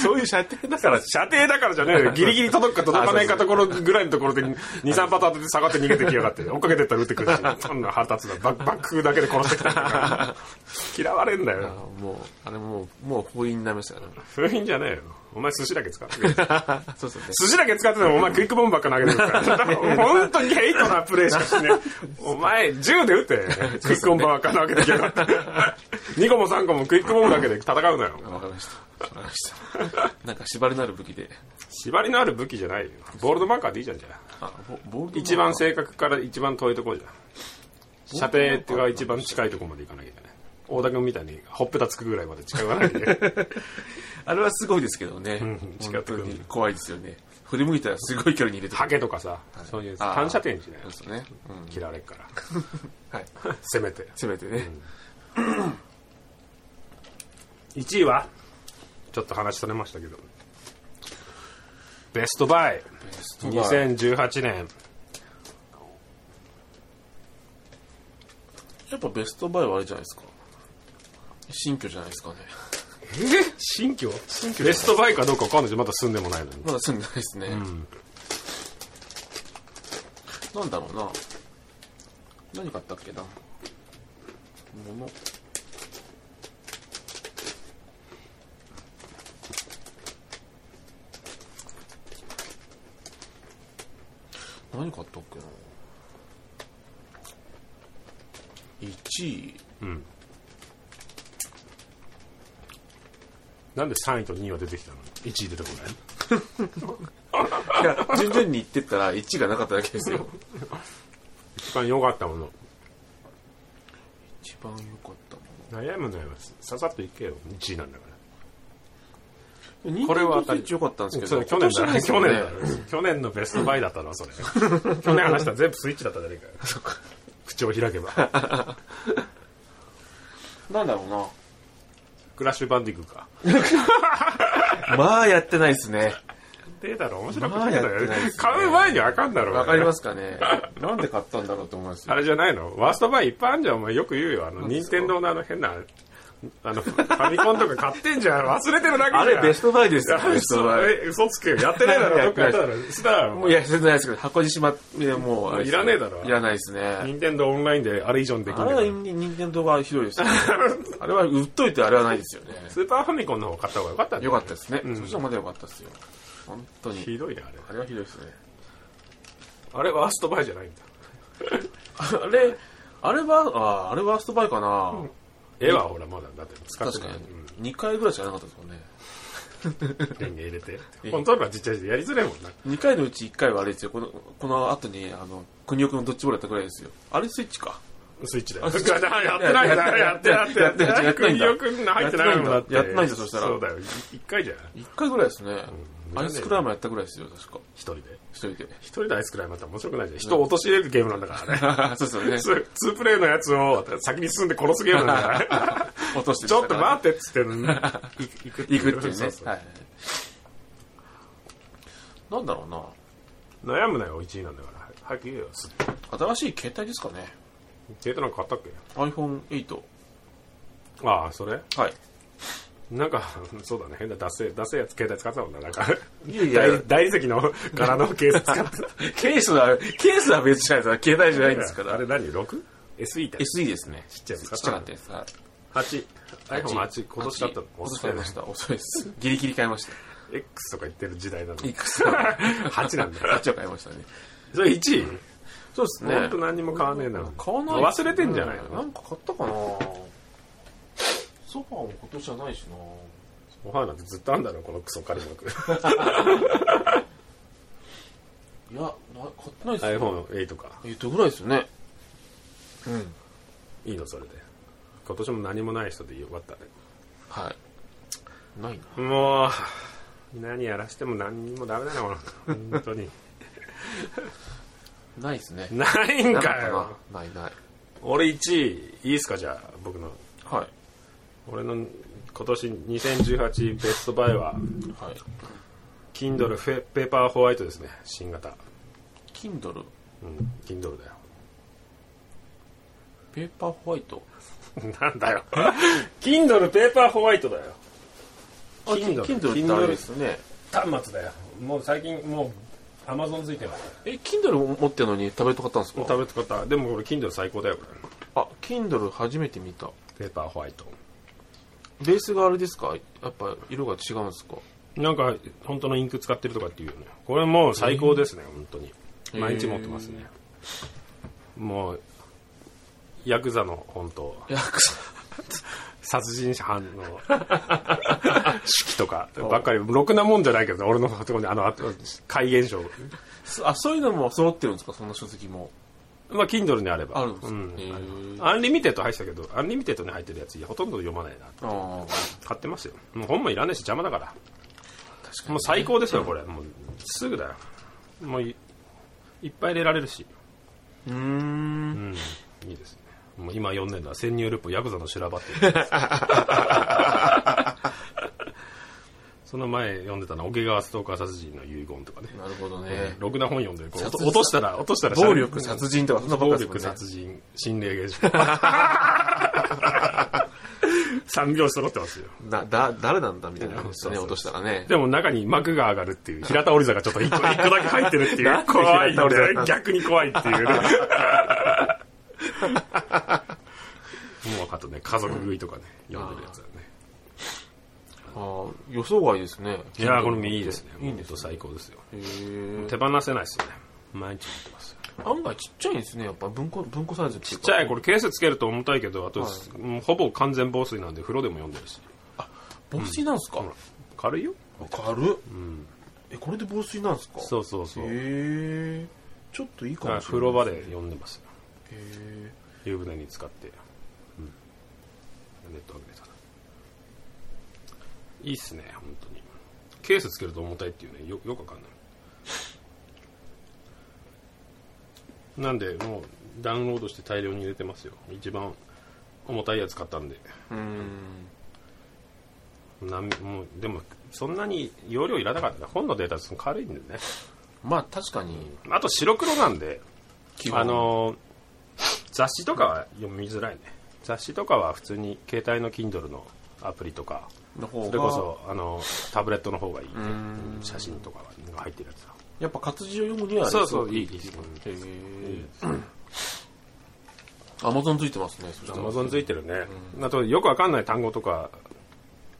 S1: そういう射程だ
S2: だから射程だからじゃねえよ。ギリギリ届くか届かないかところぐらいのところで2、3パターン当てて下がって逃げてきやがって、追っかけてったら撃ってくるし、そんな腹立つな。バッバックだけで殺してきたんだから。嫌われんだよな。
S1: もうあれもうもう封印になりましたから
S2: 封印じゃねえよ。お前寿司だけ使ってる。
S1: そうそうね
S2: 寿司だけ使っててもお前クイックボムばっか投げてるから。本当にヘイトなプレイしかしねえ。お前銃で撃て。クイックボムばっか投げてきやがって。2個も3個もクイックボムだけで戦うなよ。
S1: わかりましたわかりましたなんか縛りのある武器で
S2: 縛りのある武器じゃないよ。ボールドマーカーでいいじゃんじゃあ
S1: あボボールド
S2: 一番正確から一番遠いところじゃん。射程ってが一番近いところまで行かなきゃいけない。大田君みたいにほっぺたつくぐらいまで近寄らない で。
S1: あれはすごいですけどね、
S2: 近
S1: 本
S2: く
S1: 当
S2: に
S1: に怖いですよね振り向いたらすごい距離に入れて
S2: ハゲとかさ、そういう
S1: あー
S2: 反射点にしない
S1: そうですね、うん
S2: 嫌われっから。
S1: はい
S2: せめて。
S1: せめてね、
S2: 1位はちょっと話されましたけどベストバイ2018年
S1: やっぱベストバイはあれじゃないですか新居じゃないですかね
S2: 新居ベストバイかどうか分かんないしまだ住んでもないのに
S1: まだ住んでないですね、なんだろうな何買ったっけな物何買ったっけな1位
S2: なんで3位と2位は出てきたの1位出てこない
S1: いや順々に言ってったら1位がなかっただけですよ
S2: 一番良かったもの
S1: 一番良かったもの
S2: 悩むのよささっといけよ1位なんだから
S1: こ
S2: これ
S1: れ
S2: は
S1: は
S2: 当たり
S1: 一応良かったんですけ
S2: そ
S1: ど
S2: れ去年だ、
S1: 今
S2: 去
S1: 年
S2: 年
S1: は
S2: だ
S1: ね
S2: 去年のベストバイだったなそれ去年話したら全部スイッチだったじゃねえか口を開けば
S1: なんだろう
S2: クラッシュバンディングか
S1: なまあやってないですね
S2: でだろ面白くねえだ
S1: まあやっ
S2: ろ
S1: てないですね
S2: 買う前に分かんだろ
S1: わかりますすかねなんで買ったんだろうと思います
S2: あ
S1: よ
S2: れじゃないのワーストバイいっぱいあんじゃんお前よく言うよあの
S1: で
S2: 任
S1: すか
S2: 天堂のあの変な あのファミコンとか買ってんじゃん忘れてるだけじゃん
S1: あれベストバイですよ
S2: あれ
S1: ベストバイ
S2: え嘘つけよやってねえだろ
S1: や
S2: ど
S1: っ
S2: ってかや
S1: ない
S2: っただろ嘘だろ
S1: もういや全然ないですけど箱にしまってもうあれですよ
S2: もういらねえだろ
S1: いらないですね
S2: 任天堂オンラインであれ以上にでき
S1: あ
S2: な
S1: れ
S2: い
S1: は任天堂がひどいですねあれは売っといてあれはないですよね
S2: スーパーファミコンの方買った方がよかったんだ
S1: よかったですねそっちの方まだよかったですよ本当に
S2: ひどいねあれ
S1: あれはひどいですね
S2: あれワーストバイじゃないんだ
S1: あれあれはああれワーストバイかな
S2: 絵はほらまだだって使って
S1: 確
S2: な
S1: か
S2: い
S1: に2回ぐらいしかなかったですもんね
S2: 電源入 れてコントローラーちっちゃいしやりづらいもんな
S1: 2回のうち1回はあれですよこのこの後にあの国奥のドッジボールやったぐらいですよ。あれスイッチか。
S2: スイッチ で。や
S1: あ
S2: っ
S1: スイッ
S2: て
S1: チ
S2: ない、やってない、やってない、やってない、
S1: や
S2: や
S1: っ
S2: って
S1: ないん
S2: てな
S1: だ
S2: い。国よく入ってないもんだって。
S1: やってないんだそしたら
S2: そうだよ、い一回じゃん。
S1: 一回ぐらいですね。
S2: うん
S1: アイスクライマーやったぐらいですよ、確か。
S2: 一人で。
S1: 一人 で。
S2: 一人でアイスクライムやったら面白くないじゃん。人を陥れるゲームなんだから ね。
S1: そうですよね。
S2: ツーツープレイのやつを先に進んで殺すゲームなん だから。
S1: 落として
S2: ちょっと待ってっつってんのに行く
S1: 行くっていう
S2: そ
S1: ね
S2: うそ。う
S1: はい。なんだろうな。
S2: 悩むなよ、1位なんだから。早く言えよ。す
S1: 新しい携帯ですかね。
S2: データなんか買ったっけ
S1: iPhone8。
S2: ああ、それ
S1: はい。
S2: なんか、そうだね。変なダセえ、ダセえやつ携帯使ってたもんな。なんか、
S1: いやいや
S2: 大大理石の柄のケース使ってた。
S1: ケースは、ケースは別じゃないですか。携帯じゃないんですか
S2: あ
S1: ら。
S2: れ何 ?6?SE って
S1: SE ですね。ちっ
S2: ちゃいやつ
S1: ちっちゃかったです。はい。
S2: 8。iPhone8 今年だったの。
S1: 今年買いました。遅いです。ギリギリ買いました。
S2: X とか言ってる時代なの
S1: い
S2: に。
S1: く つか。
S2: 8なんだ
S1: あっちは買いましたね。
S2: それ1位
S1: そうです
S2: ほ
S1: ね
S2: んと。何にも買わねえな。
S1: 買わない
S2: 忘れてんじゃない
S1: な
S2: の
S1: んか買ったかなソファーも今年じゃないしな
S2: おはなんてずっとあんだろ、このクソカリマ ク。
S1: いや、な買ってないですよ。
S2: iPhone8 か。
S1: えっとぐらいですよね。うん。
S2: いいの、それで。今年も何もない人でよかったね。
S1: はい。ないな。
S2: もう、何やらしても何にもダメだな、この。本当に。
S1: ないですね。
S2: ないん
S1: なか
S2: か
S1: った
S2: よ。
S1: な。ないない。
S2: 俺1位、いいっすか、じゃあ、僕の。
S1: はい。
S2: 俺の今年2018ベストバイは、
S1: はい。
S2: Kindle フェペーパーホワイトですね、新型。
S1: Kindle、
S2: うん、Kindle だよ。
S1: ペーパーホワイト。
S2: なんだよ。Kindle ペーパーホワイトだよ。
S1: あ
S2: Kindle
S1: Kindle ってあれですね。
S2: 端末だよ。もう最近、もう、Amazon ついてる。
S1: え、Kindle 持ってるのに食べとかったんですか
S2: 食べて方、でもこれ Kindle 最高だよ、これ。
S1: あ、Kindle 初めて見た。
S2: ペーパーホワイト。
S1: ベースがあれですかやっぱ色が違うんですか
S2: なんか、本当のインク使ってるとかっていうよね。これもう最高ですね、本当に。毎日持ってますね。もう、ヤクザの本と、
S1: いや、くそ
S2: 殺人犯の 式とかばっかり、ろくなもんじゃないけどね、俺のところに、あの、あと怪現象。
S1: そあ、そういうのも揃ってるんですかそんな書籍も。
S2: まあ、Kindle にあれば。
S1: あるんですか、
S2: う
S1: へー
S2: アンリミテッド入ってたけど、アンリミテッドに入ってるやつ、いやほとんど読まないな。
S1: あ
S2: 買ってますよ。もう本もいらないし邪魔だから。
S1: あ、確かに。
S2: もう最高ですよ、これ。もう、すぐだよ。もうい、いっぱい入れられるし。
S1: うーん。
S2: うん、いいですね。もう今読んでるのは、潜入ルポ、ヤクザの修羅場っていう。その前読んでたのは、桶川ストーカー殺人の遺言とかね。
S1: なるほど
S2: え
S1: ね
S2: ー。ろくな本読んでる。こう
S1: 殺人
S2: 落としたら、落としたら
S1: 暴力殺人とかそんなばっ
S2: 暴
S1: かですもん
S2: 力
S1: ね
S2: 殺人、心霊現象。 三拍子揃ってますよ。
S1: な、だ、誰なんだみたいな感じ
S2: そ
S1: で
S2: う
S1: ね、
S2: そう
S1: 落としたらね。
S2: でも中に幕が上がるっていう、平田織座がちょっと一個一個だけ入ってるってい
S1: なん
S2: う、
S1: で
S2: 怖い
S1: 平田織座なんだ
S2: 俺逆に怖いって いうね。もうあとね、家族食いとかね、読んでるやつだね。
S1: ああ、予想外ですね。
S2: いやー、これもいいですね。
S1: いいん
S2: も
S1: で
S2: う
S1: す
S2: ほ
S1: ね
S2: んと最高ですよ。
S1: へー
S2: 手放せないですよね。毎日持ってますよ。
S1: 案外ちっちゃいんですね、やっぱ文庫、文庫サイズってい
S2: ち
S1: う
S2: っ
S1: か
S2: ちゃい、これケースつけると重たいけど、あと、もうほぼ完全防水なんで、風呂でも読んでるし。
S1: 防水なんですか、
S2: ほら軽いよ。
S1: 軽っ、え、これで防水なんですか
S2: そうそうそう。
S1: へえ。ちょっといいか
S2: だから
S1: もしれ
S2: 風
S1: ない。
S2: 呂場で読んでますよ。
S1: へ
S2: 湯船に使って、うん、ネット上げたらいいっすね本当にケースつけると重たいっていうねよよくわかんないなんでもうダウンロードして大量に入れてますよ一番重たいやつ買ったんで
S1: ーうーん。
S2: なんもうでもそんなに容量いらなかったね本のデータその軽いんでね
S1: まあ確かに、
S2: あと白黒なんで
S1: 基本
S2: あ、のー雑誌とかは読みづらいね雑誌とかは普通に携帯の Kindle のアプリとか
S1: の方が
S2: それこそあのータブレットの方がいいね、
S1: ん
S2: うん写真とかが入ってるやつだ
S1: やっぱ活字を読むには
S2: そうそ
S1: すご
S2: う
S1: くいい
S2: いい
S1: ですね。へ
S2: いい
S1: え
S2: で。
S1: アマゾンついてますね、そした
S2: ア
S1: ら
S2: マゾンついてるね、あとよくわかんない単語とか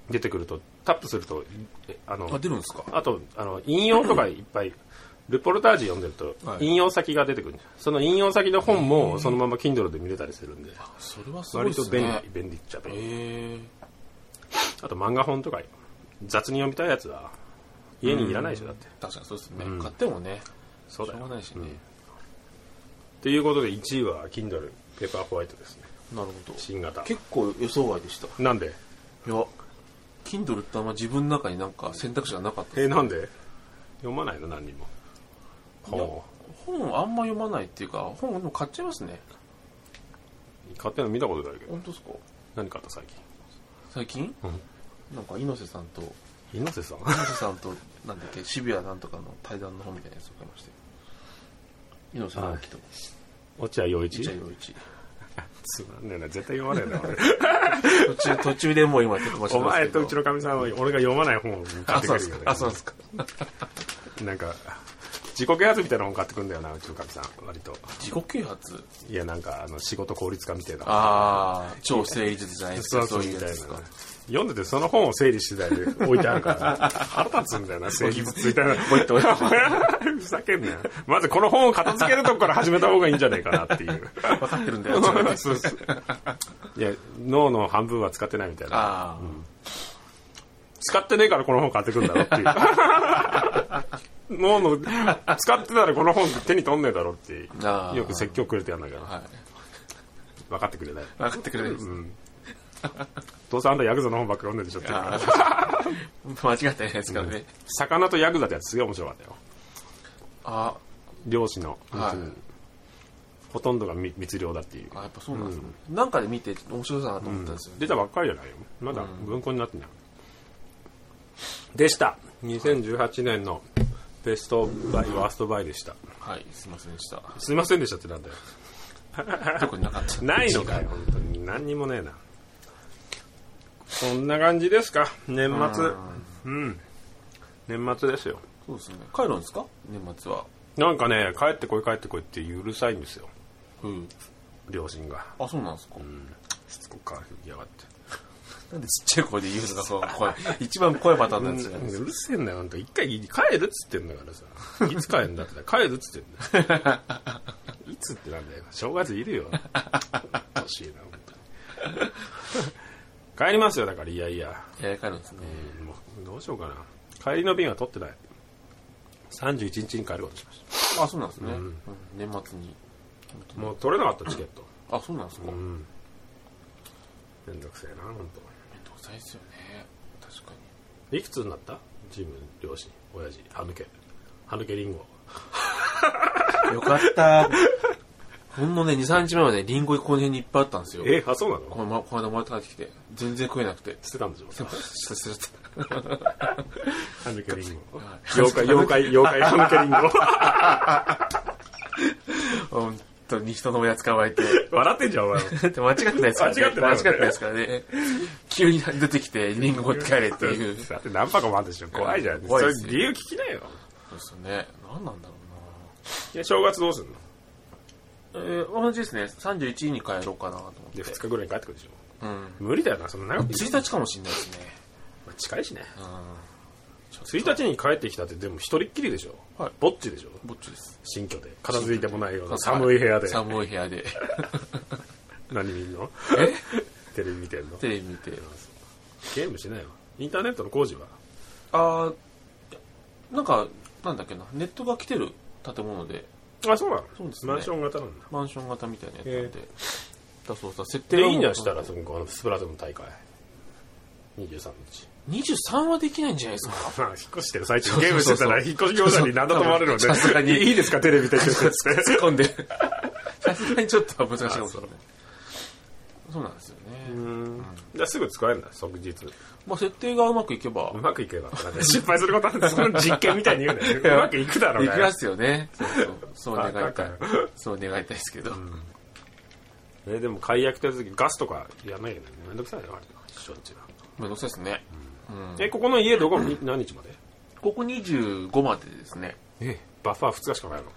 S2: 出てくるとタップするとえあの
S1: あ、出るんですか
S2: あとあの引用とかいっぱいルポルタージュ読んでると、
S1: はい
S2: 引用先が出てくるその引用先の本もそのまま Kindle で見れたりするんで
S1: それはすごいで
S2: 割と
S1: す
S2: 便利、
S1: ね。
S2: 便利っちゃ便利
S1: へえ。
S2: あと漫画本とか雑に読みたいやつは家にいらないでしょだって
S1: 確かにそうですね。買ってもね、
S2: そうだ
S1: しょうが
S2: よ
S1: ないしね。
S2: ということで1位は Kindle ペーパーホワイトですね
S1: なるほど。
S2: 新型
S1: 結構予想外でした。い
S2: なんで
S1: や、Kindle ってあんま自分の中になんか選択肢がなかった。
S2: えなんで読まないの何にもほ
S1: 本あんま読まないっていうか、本でも買っちゃいますね。
S2: う買ってんの見たことないけど
S1: 本当ですか
S2: 何買った最近
S1: 最近、なんか猪瀬さんと、
S2: 猪瀬さん
S1: 猪瀬さんと、なんだっけ、渋谷なんとかの対談の本みたいなやつを買いましたよ。猪瀬直樹と、
S2: 落合陽
S1: ちっ
S2: 一
S1: ちゃい陽一。
S2: つまんねえな絶対読まね えな
S1: 途中、途中でもう今ちょっと間
S2: 俺お
S1: 違え
S2: 前
S1: て
S2: と
S1: ます
S2: うち
S1: けど。
S2: のかみさんは俺が読まない本を買
S1: あ、
S2: って
S1: そうなんで
S2: くる
S1: す
S2: よね
S1: か。あ、そうなんですか。
S2: なんか自己啓発みたいな本買ってくんだよなうちのかみさん割と
S1: 自己啓発
S2: いやなんかあの仕事効率化みたいな
S1: ああ、超誠意術じゃないです
S2: そう
S1: か。
S2: そう
S1: そう
S2: み
S1: いう
S2: た
S1: や
S2: い
S1: つ
S2: な
S1: ですか。
S2: 読んでてその本を整理してたり置いてあるから、腹立つんだよな、整理ついたら。
S1: ポイッと置いて
S2: ふざけんなよ。まずこの本を片付けるとこから始めた方がいいんじゃないかなっていう。
S1: 分かってるんだよ、それで
S2: そうそういや、脳の半分は使ってないみたいな。
S1: ああ、
S2: 使ってねえからこの本買ってくんだろっていう。脳の、使ってたらこの本手に取んねえだろっていう
S1: あー
S2: よく説教くれてやんだから、
S1: はい。
S2: 分かってくれない。
S1: 分かってくれないです。
S2: うん。どうせあんたヤクザの本ばっかり読んでるでしょって。
S1: ああ、間違ってないですからね。
S2: 魚とヤクザってやつすげえ面白かったよ。
S1: あ
S2: 漁師の、
S1: はい
S2: うんほとんどがみ密漁だっていう
S1: あ、やっぱそうなんですね。なんかで見て面白そうだなと思ったんですよね。
S2: 出たばっかりじゃないよまだ文庫になってない、でした2018年のベストバイワーストバイでした
S1: はい、すいませんでした。
S2: すいませんでしたってなんだよ
S1: 特 になかった。
S2: ないのかよ本当に何にもねえなそんな感じですか年末うん年末ですよ
S1: そうですね。帰るんですか年末は。
S2: なんかね帰ってこい帰ってこいってうるさいんですよ
S1: うん。
S2: 両親が
S1: あ、そうなんですか。
S2: しつこくからやがって
S1: なんでちっちゃい声で言うのがそう、声。一番声パターンなんですよ
S2: う
S1: ね。
S2: んうるせえんだよ、あんた。一回帰るっつってんだからさ。いつ帰るんだって言ったら帰るっつってんだよ。いつってなんだよ。正月いるよ。欲しいな、本当に。帰りますよ、だから、いやいや。
S1: えー、帰るんですね。
S2: うんもうどうしようかな。帰りの便は取ってない。31日に帰ることにしまし
S1: あ、そうなんですね。うん年末に。
S2: た。もう取れなかった、チケット。
S1: あ、そうなんですか。めん
S2: ん。めんどくせえな、本
S1: どくさいですよね。確かに。
S2: 当。いくつになったジム、両親、親父、歯抜け。歯抜けリンゴ。
S1: よかった。ほんのね、2、3日前はね、リンゴこの辺にいっぱいあったんですよ。
S2: え、あ、そうな
S1: こ
S2: の
S1: のま、この間もらって帰ってきて、全然食えなくて。
S2: 捨てたんでしょ
S1: 捨てちゃっ
S2: 歯抜けリンゴ。
S1: た
S2: 妖怪、妖怪、妖怪、歯抜けリンゴ。
S1: 本当に人のおやつかわいて。
S2: 笑ってんじゃん、お前。
S1: だって間違ってないですからね。
S2: 間違ってな
S1: 間
S2: いよね
S1: 違ってないですからね。急に出てきて、リンゴ持って帰れっていう。そう
S2: だって何箱もあるでしょ。怖いじゃん。
S1: 怖いです
S2: そ
S1: よ
S2: れ理由聞きなよ。
S1: ですよね。何なんだろ
S2: いや、正月どうすんの
S1: うな。えー、同じですね。31日に帰ろうかなと思って
S2: で、。2日ぐらいに帰ってくるでしょ。
S1: うん。
S2: 無理だよな、そんな長く。
S1: 1日かもしんないですね。
S2: まあ近いしね。
S1: うん。
S2: 1日に帰ってきたって、でも一人っきりでしょ。
S1: はい
S2: ぼっちでしょ。
S1: ぼっちです。
S2: 新居で。片付いてもないような寒い部屋で。
S1: 寒い部屋 で。
S2: 何見んのテレビ見てんの
S1: テレビ見て。
S2: ゲームしないよ。インターネットの工事は
S1: あーなんか、なんだっけな、ネットが来てる建物で、
S2: あ、そうなの
S1: そうですね
S2: マンション型なんだ。
S1: マンション型みたいなやつなんで、だそうさ、設定
S2: で、
S1: はい
S2: いんじゃん、し
S1: もう
S2: たら、そこ、あのスプラトゥーン大会。23日。
S1: 23はできないんじゃないです か。
S2: まあ、引っ越してる最中ゲームしてたら、引っ越し業者に何だと思われるので、
S1: さすがに
S2: いいですか、テレビで。
S1: 突っ込ん で。さすがにちょっと難しいかもしれない。そうなんですよね。
S2: じゃあすぐ使えるんだ、即日。
S1: まあ、設定がうまくいけば
S2: う、まくいけば。なんか失敗することは、その実験みたいに言うね。うまくいくだろう
S1: い
S2: ね。
S1: きますよね。そうそう。そう 願い
S2: バ
S1: たい
S2: カ。
S1: そう願いたいですけど。
S2: えでも、解約手続き、ガスとかやらないよね。めんどくさいよ、あれ。しょっちゅ
S1: めんどくさいですね。
S2: う。え、ここの家どこ、に何日まで
S1: ここ25までですね。
S2: え、バッファー2日しかないの。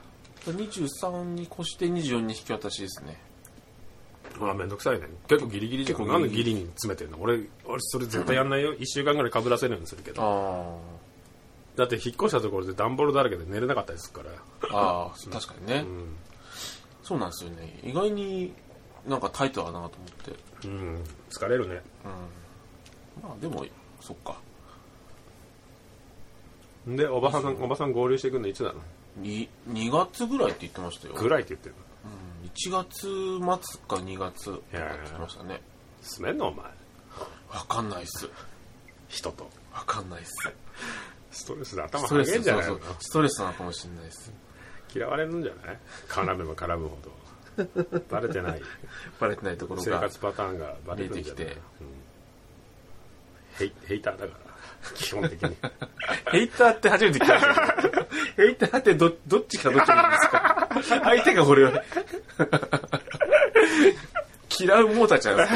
S1: 23に越して24に引き渡しですね。
S2: うわ、めんどくさいね。結構ギリギリじゃん。
S1: 結
S2: な
S1: 構
S2: ん
S1: ギ
S2: で
S1: リ
S2: ギリに詰めてんの俺、俺、それ絶対やんないよ。1週間ぐらい被らせるようにするけど。
S1: あ
S2: だって、引っ越したところで段ボールだらけで寝れなかったりするから。
S1: あ。ああ、確かにね、
S2: ん
S1: そうなんですよね。意外になんかタイトだなと思って。
S2: うん、疲れるね。
S1: まあでも、そっか。
S2: で、おばさん、おばさん合流してくんのいつなの
S1: に2月ぐらいって言ってましたよ。
S2: ぐらいって言ってるの。
S1: 1月末か2月とかって言ってましたね。
S2: 住めんのお前
S1: わかんないっす。
S2: 人と
S1: わかんないっす。
S2: ストレスで頭
S1: ストレ
S2: は
S1: ス
S2: げんじゃない
S1: そ
S2: の
S1: うそうストレスなのかもしれないです。
S2: 嫌われるんじゃない絡めば絡むほ どバレてない
S1: バレてないところ
S2: 生
S1: が
S2: 活パターンがバレるんじゃない
S1: 見えてきて
S2: うんヘイヘイターだから基本的に
S1: ヘイターって初めて聞き ましたけど。ヘイターってど、どっちかどっちなんですか相手がこれを嫌うモーターちゃうんです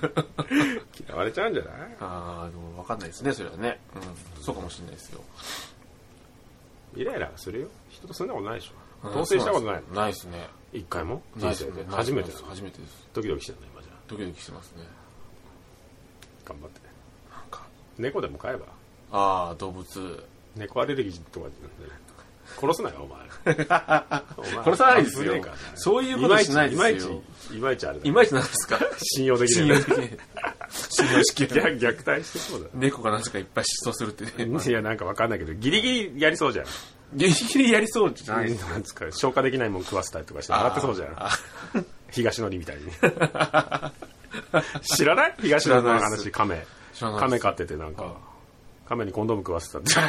S1: けど。
S2: 嫌われちゃうんじゃない
S1: ああ、でも分かんないですね、それはね。うん。そうかもしれないですよ。
S2: イライラするよ人とそんなことないでしょ
S1: うん
S2: 同棲したことないの
S1: ないですね。
S2: 一回も
S1: ない
S2: 人
S1: です
S2: 生で
S1: ね。
S2: 初めてな
S1: です。
S2: の
S1: 初めてです。
S2: ドキドキしてるの今じゃ
S1: ドキドキしてますね。
S2: 頑張って
S1: なんか、
S2: 猫でも飼えば
S1: ああ、動物。
S2: 猫アレルギーとかじゃなくて殺すなよお前お前
S1: 殺さないですよ
S2: 危ねえからね
S1: そういうことしないですよ
S2: いまいちいまいちあれだ
S1: いまいちなんです か
S2: 信用でき
S1: 信
S2: な
S1: 用で
S2: い
S1: きない。信用しきれない。
S2: 逆 虐待してそうだ
S1: 猫がなぜかいっぱい失踪するってね。
S2: いやなんかわかんないけどギリギリやりそうじゃん
S1: ギリギリやりそうじゃないですか。
S2: なんつうか消化できないもん食わせたりとかして笑ってそうじゃん
S1: あ
S2: 東のりみたいに知らない東の
S1: 知ら
S2: りの
S1: ないっ
S2: 話
S1: す
S2: 亀
S1: 知らないっす
S2: 亀飼っててなん
S1: はい
S2: か亀にコンドーム食わせたって知ら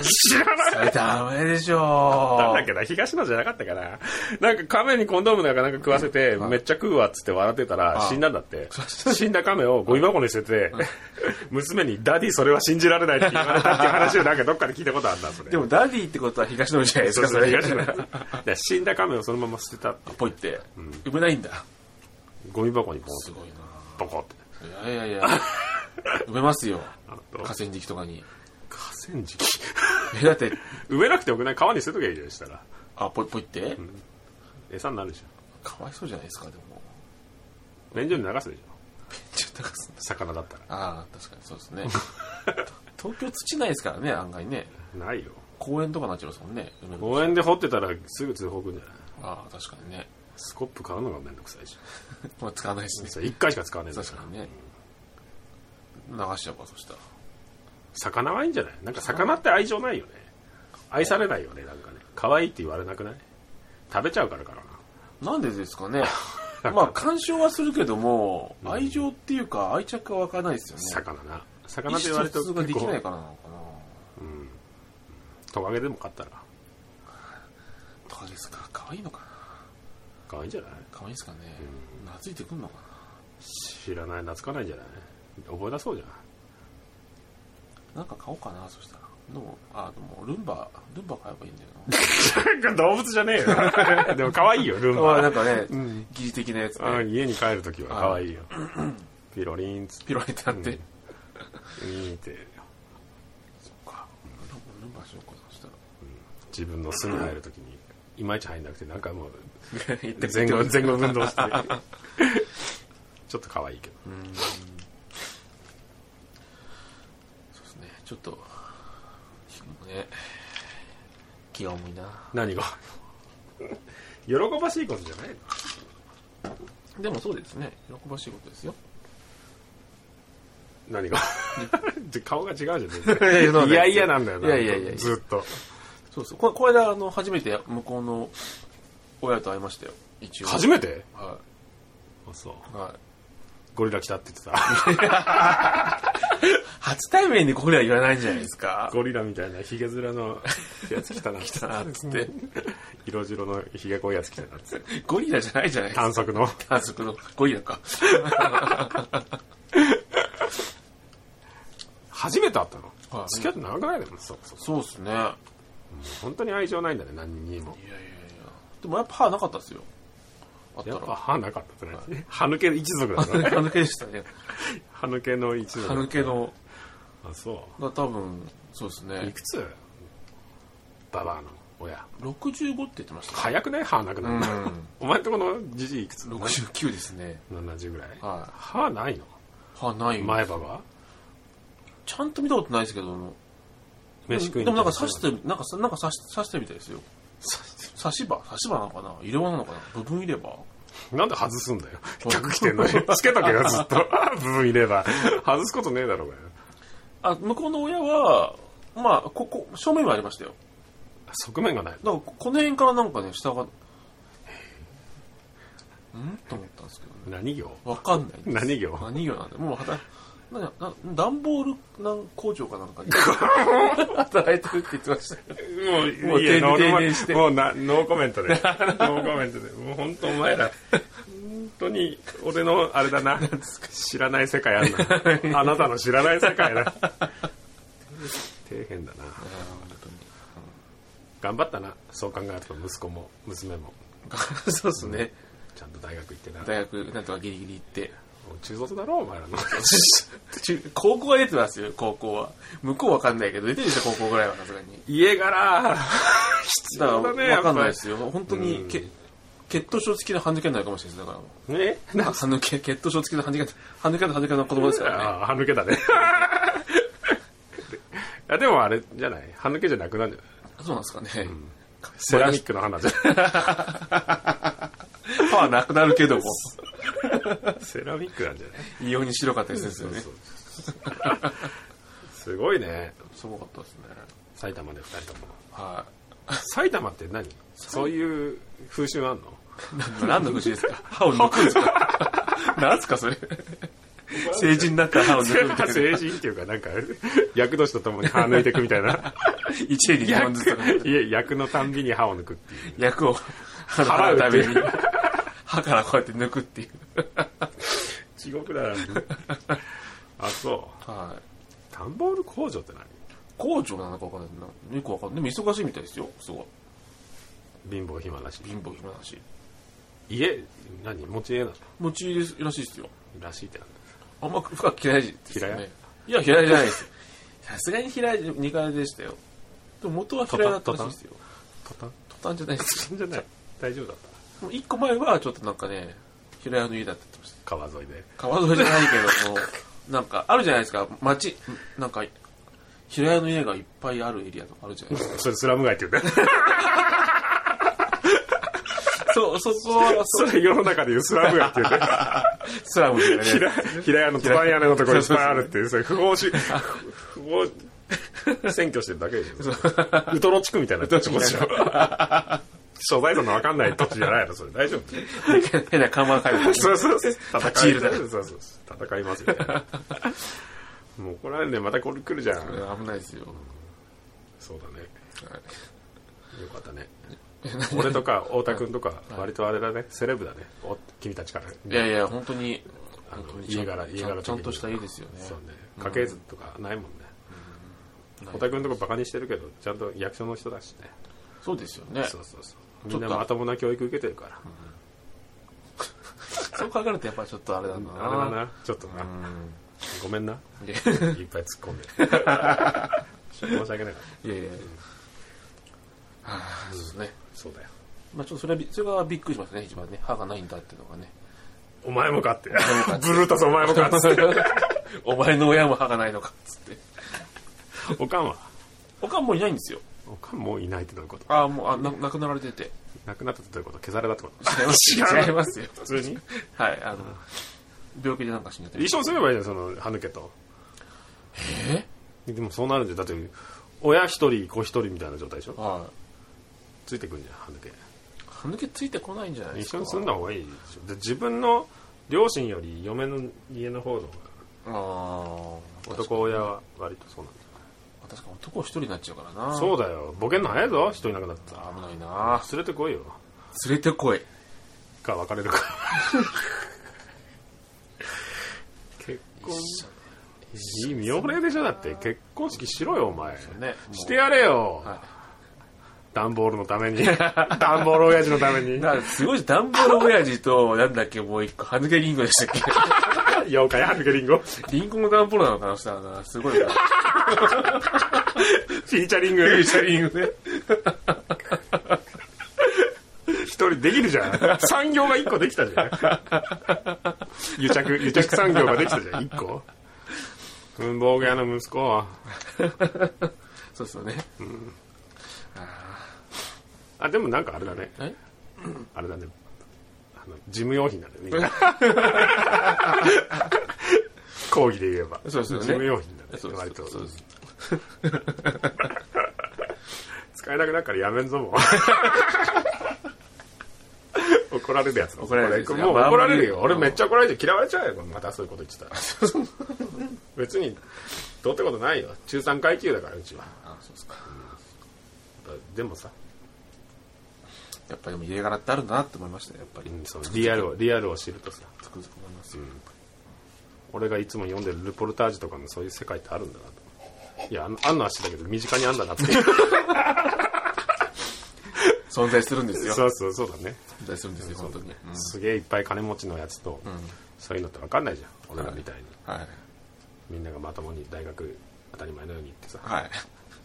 S2: ない
S1: あれダメでしょ
S2: なんだっけな東野じゃなかったかななんか亀にコンドームなんかなんか食わせて、めっちゃ食うわっつって笑ってたら、死んだんだって。死んだ亀をゴミ箱に捨てて、娘に、ダディそれは信じられないって言われたっていう話をなんかどっかで聞いたことあるな、それ。
S1: でもダディってことは東野じゃないです
S2: そう
S1: か、
S2: そ
S1: そうれ。
S2: 東野だから死んだ亀をそのまま捨てた。
S1: ぽいって。産めないんだ。
S2: ゴミ箱にポン
S1: すごい
S2: ポコって。
S1: な。いやいやいや。産めますよ。
S2: あと
S1: 河川敷とかに。
S2: 河川敷。
S1: え、だって、
S2: 植えなくてよくない川に捨てときゃいいじゃん、したら。
S1: あ、ぽいぽいって、
S2: 餌になるじ
S1: かわいそうじゃないですか、でも。
S2: ゃん。便所に流すでしょ。
S1: ちょっと高す
S2: 魚だったら。
S1: ああ、確かにそうですね。と東京土ないですからね、案外ね。
S2: ないよ。
S1: 公園とかになっちゃいますもんね。梅の
S2: 公園で掘ってたらすぐ通報くんじゃない
S1: ああ、確かにね。
S2: スコップ買うのがめんどくさいし。
S1: まあ、使わないしね。
S2: それ一回しか使わねえんだ
S1: 確
S2: か
S1: からにね。流しちゃおうか、そしたら。
S2: 魚はいいんじゃないなんか魚って愛情ないよね愛されないよねなんかね可愛いって言われなくない食べちゃうからかな
S1: なんでです かね。まあ、干渉はするけども、愛情っていうか愛着は湧かないですよね。
S2: 魚な
S1: 意
S2: 魚
S1: 思
S2: って言わ
S1: 疎
S2: れて
S1: 通がで
S2: 結
S1: きない
S2: 構
S1: からなのかな。
S2: トカゲでも飼ったら
S1: とかですか。可愛いのかな。
S2: 可愛いんじゃない
S1: 可愛いですかね。懐いてくんのか
S2: 知らない懐かないんじゃない覚え出そうじゃん
S1: な。なんか買おうかな、そしたら。でも、あ、でも、ルンバ、ルンバ買えばいいんだよ
S2: なんか動物じゃねえよ でも可愛いよルン
S1: な。 あ、な
S2: バ
S1: んかね、疑似的なやつ
S2: あ
S1: ね。
S2: 家に帰るときは可愛いよピロリンつって
S1: ピロリってなって。
S2: ウィーンって
S1: そっか。ルンバ、ルンバしようかな、そしたら。
S2: 自分の巣に入るときにいまいち入んなくてなんかもう
S1: 言って
S2: 前 後前後運動してちょっと可愛いけど
S1: そうですね。ちょっと、ね、気が重いな。
S2: 何が喜ばしいことじゃないの
S1: でもそうですね。喜ばしいことですよ。
S2: 何 が顔が違うじゃん
S1: やいやそうだよ
S2: いやいやなんだよない
S1: やいやいや
S2: ずっと
S1: そうそう。ここの間、あの、初めて向こうの親と会いましたよ。一応。
S2: 初めて
S1: は
S2: あそう
S1: い。はい。
S2: ゴリラ来たって言って
S1: 初対面でこれは言わないんじゃないですか
S2: た。ゴリラみたいなヒゲ面のやつ来たな来
S1: たなっつって
S2: 色白のヒゲ濃いやつ来たなっつって
S1: ゴリラじゃないじゃないですか。
S2: 短足の
S1: 短足のゴリラか。
S2: 初めて会ったの、
S1: はい
S2: 付き合って長くないだろそうそう
S1: そうですね。いや
S2: 本当に愛情ないんだね何にも
S1: いやいや。でもやっぱ歯なかったですよ。あった
S2: やっぱ
S1: ら。
S2: 歯なかったって何歯抜け一族だろ
S1: 歯抜けでしたね。
S2: 歯抜けの一族
S1: 歯抜けの、
S2: あそ
S1: が多分、そうです
S2: うい
S1: ね
S2: く。つババアの親
S1: 65って言ってました。
S2: 早くない歯なくなるの、
S1: うん
S2: お前んとこのじじいいくつ
S1: 69ですね。
S2: 70ぐらい、
S1: は
S2: 歯ないの
S1: い。歯ない。
S2: 前歯が
S1: ちゃんと見たことないですけど、あの
S2: 飯食いに
S1: でもなんか刺
S2: し
S1: して、なんかさ、なんか刺し刺してみたいですよ。刺し歯刺し歯なのかな入れ歯なのかな部分入れ歯
S2: なんで外すんだよ客来て んのにつけとけよずっと 部分入れば外すことねえだろうがよ
S1: あ、向こうの親は、まあ、ここ、正面はありましたよ。
S2: 側面がない
S1: だから、ここの辺からなんかね、下が、んと思ったんですけどね。
S2: 何行
S1: わかんないんです
S2: 何業
S1: 何業なんで、もう働なな段ボールなん工場かなんかに働いてるって言ってましたよ
S2: もう、
S1: もう
S2: いい
S1: 丁
S2: や
S1: 寧
S2: ノーコ
S1: 丁
S2: メ
S1: 寧して
S2: もうな、ノーコメン トで。ノーコメントで。もう本当お前ら、本当に、俺の、あれだな、知らない世界あん な。あなたの知らない世界だ。底辺だな。頑張ったな、そう考えると、息子も、娘も、
S1: そうですね。
S2: ちゃんと大学行ってな。
S1: 大学、なんとかギリギリ行って。
S2: もう中卒だろ、お前らの。
S1: 中高校は出てますよ、高校は。向こうわかんないけど、出てるでしょ、高校ぐらいはさすがに。
S2: 家柄、必
S1: だから、
S2: 要だね、や
S1: わ
S2: っ
S1: かんない
S2: ぱ
S1: ですよ。本当に、
S2: うん
S1: け血糖症付きの歯抜けになるかもしれないです。だからもう
S2: り。ね
S1: なんか歯抜け、血糖症付きの歯抜け、歯抜けの歯抜けの子供です からね。
S2: ああ、歯抜けだね。いや、でもあれじゃない歯抜けじゃなくなるんじゃない
S1: そうなんですかね。
S2: セラミックの花じゃない
S1: 歯はなくなるけども、
S2: セラミックなんじゃない
S1: 異様に白かったりするんですよね。
S2: すごいね。
S1: すごかったですね。
S2: 埼玉で二人とも。
S1: は
S2: 埼玉って何そういう風習あん
S1: い。
S2: の
S1: 何の節ですか歯を抜くんですか 何すかそれ。成人になった歯を抜くみたいな。
S2: 成人っていうか、なんか、役年とともに歯抜いていくみたいな。
S1: 一年に2本ずつ
S2: 役いえ役のたんびに歯を抜くっていう。
S1: 役を
S2: 払
S1: 払
S2: う
S1: う
S2: た
S1: た
S2: め
S1: め
S2: に
S1: に、歯からこうやって抜くっていう。
S2: 地獄だな。あ、そう。
S1: はい。
S2: 段ボール工場って何
S1: 工場なのかわかんないな。よくわかんない。でも忙しいみたいですよ。すごい。
S2: 貧乏暇だし。
S1: 貧乏暇だし。
S2: 家、何持ち家なの
S1: 持ち入れらしいですよ。
S2: らしいってなんだ
S1: あんま深く嫌いですよ
S2: 嫌い
S1: ね。いや、嫌いじゃないです。さすがに嫌い、2階でしたよ。でも元は嫌いだったらしいですよ。
S2: トタン
S1: 途端じゃないです。
S2: じゃない大丈夫だった
S1: もう一個前はちょっとなんかね、平屋の家だって言ってました。
S2: 川沿いで
S1: 川沿いじゃないけども、なんかあるじゃないですか、街、なんか、平屋の家がいっぱいあるエリアとかあるじゃないですか。
S2: それスラム街って言うんだよ
S1: そう、そこは、
S2: それ世の中でいうスラム街って言うんだよ
S1: スラムじゃない。
S2: 平平屋のトタン屋根のところいっぱいあるっていうそれ不法し不法占拠してるだけでしょウトロ地区みたいな土地もちろん所在地の分かんない土地じゃないのそれ大丈夫
S1: 変な看板書いてる。
S2: そうそうそう
S1: 立ち
S2: 戦
S1: 入
S2: い
S1: るだ
S2: そうそうそう戦いますみたいなもう怒られんでまたこれ来るじゃん
S1: 危ないですよ。
S2: そうだね
S1: はい
S2: よかったね俺とか太田君とか割とあれだねセレブだねお君たちから
S1: いやいや、本当に、
S2: あの
S1: 本当に
S2: 家柄
S1: ちゃん
S2: 家柄的に
S1: ちゃんとした家ですよね。
S2: そうね家系図とかないもんね
S1: うん
S2: 太田君とかバカにしてるけどちゃんと役所の人だしね
S1: そうですよね。
S2: そうそうそうみん
S1: ちょ
S2: な
S1: っと
S2: まともな教育受けてるから
S1: そう考えるとやっぱりちょっとあれだな。
S2: あれだなちょっとなごめん な
S1: いや
S2: いっぱい 突っ込んで申し訳ない
S1: いやいや。はあ、そうですね。
S2: そうだよ
S1: まあちょっとそれはび、それがびっくりしましたね、一番ね。歯がないんだっていうのがね。
S2: お前もかってブルータスお前もかっつって
S1: お前の親も歯がないのか、つって。
S2: おかんは
S1: おかんもいないんですよ。
S2: おかんもういないってどういうこと
S1: ああ、もう、あ、な、亡くなられてて。
S2: 亡くなったってどういうこと消されたってこと
S1: 違います
S2: 違
S1: よ。違
S2: う
S1: いますよ。
S2: 普通に
S1: はい、あの、病気でなんか死んじゃってる
S2: 一緒にすればいいじゃんその歯抜けと
S1: え
S2: でもそうなるんでだって親一人子一人みたいな状態でしょ
S1: は
S2: ついてくんじゃん歯抜け
S1: い。歯抜けついてこないんじゃないで
S2: 一
S1: すか。
S2: 緒に住んだ方がいいでしょで自分の両親より嫁の家の方の方
S1: ああ。
S2: が男親は割とそうなんだよ
S1: 確か男一人になっちゃうからな。
S2: そうだよボケんの早いぞ人いなくなった
S1: 危ないな。
S2: 連れてこいよ
S1: 連れてこい。
S2: か別れるか結婚いい見惚れでしょだって結婚式しろよお前
S1: ね。
S2: してやれよ、
S1: はい
S2: 段ボールのために段ボール親父のために
S1: だからすごい、ダンボール親父と、なんだっけ、もう一個、歯抜けリンゴでしたっ
S2: 妖怪ハルケリンゴフ
S1: け。 リンゴのダンボールなのかな、そしたらな。すごいな。
S2: ィーチャリングフィーチャリングね一人できるじゃん産業が一個できたじゃん癒着癒着産業ができたじゃん一個文房具屋の息子は
S1: そうですよね。
S2: あでもなんかあれだね
S1: え
S2: あれだねあの事務用品なんだよ ね今講義で言えば
S1: そうですよね
S2: 事務用品だね
S1: そうです
S2: 割と
S1: そうです
S2: 使えなくなるからやめんぞもう怒怒られるやつだ
S1: 怒られるやつ
S2: こもう
S1: まあ
S2: 怒られるよ
S1: まあ
S2: 俺めっちゃ怒られて嫌われちゃうよこれまたそういうこと言ってたら 別にどうってことないよ中3階級だからうちは
S1: あそうですか
S2: でもさ、
S1: やっぱりでも家柄ってあるんだなって思いましたねやっぱり、
S2: うん、そうリアルをリアルを知るとさ
S1: つくづく思いますよ、
S2: 俺がいつも読んでるルポルタージュとかのそういう世界ってあるんだなといやあんあんの足だけど身近にあんだなって
S1: 存在するんですよ
S2: そうそうそうだね
S1: 存在するんですよ本当に、うん
S2: すげえいっぱい金持ちのやつと、そういうのって分かんないじゃん俺らみたいに、
S1: はい
S2: みんながまともに大学当たり前のように行ってさ、
S1: はい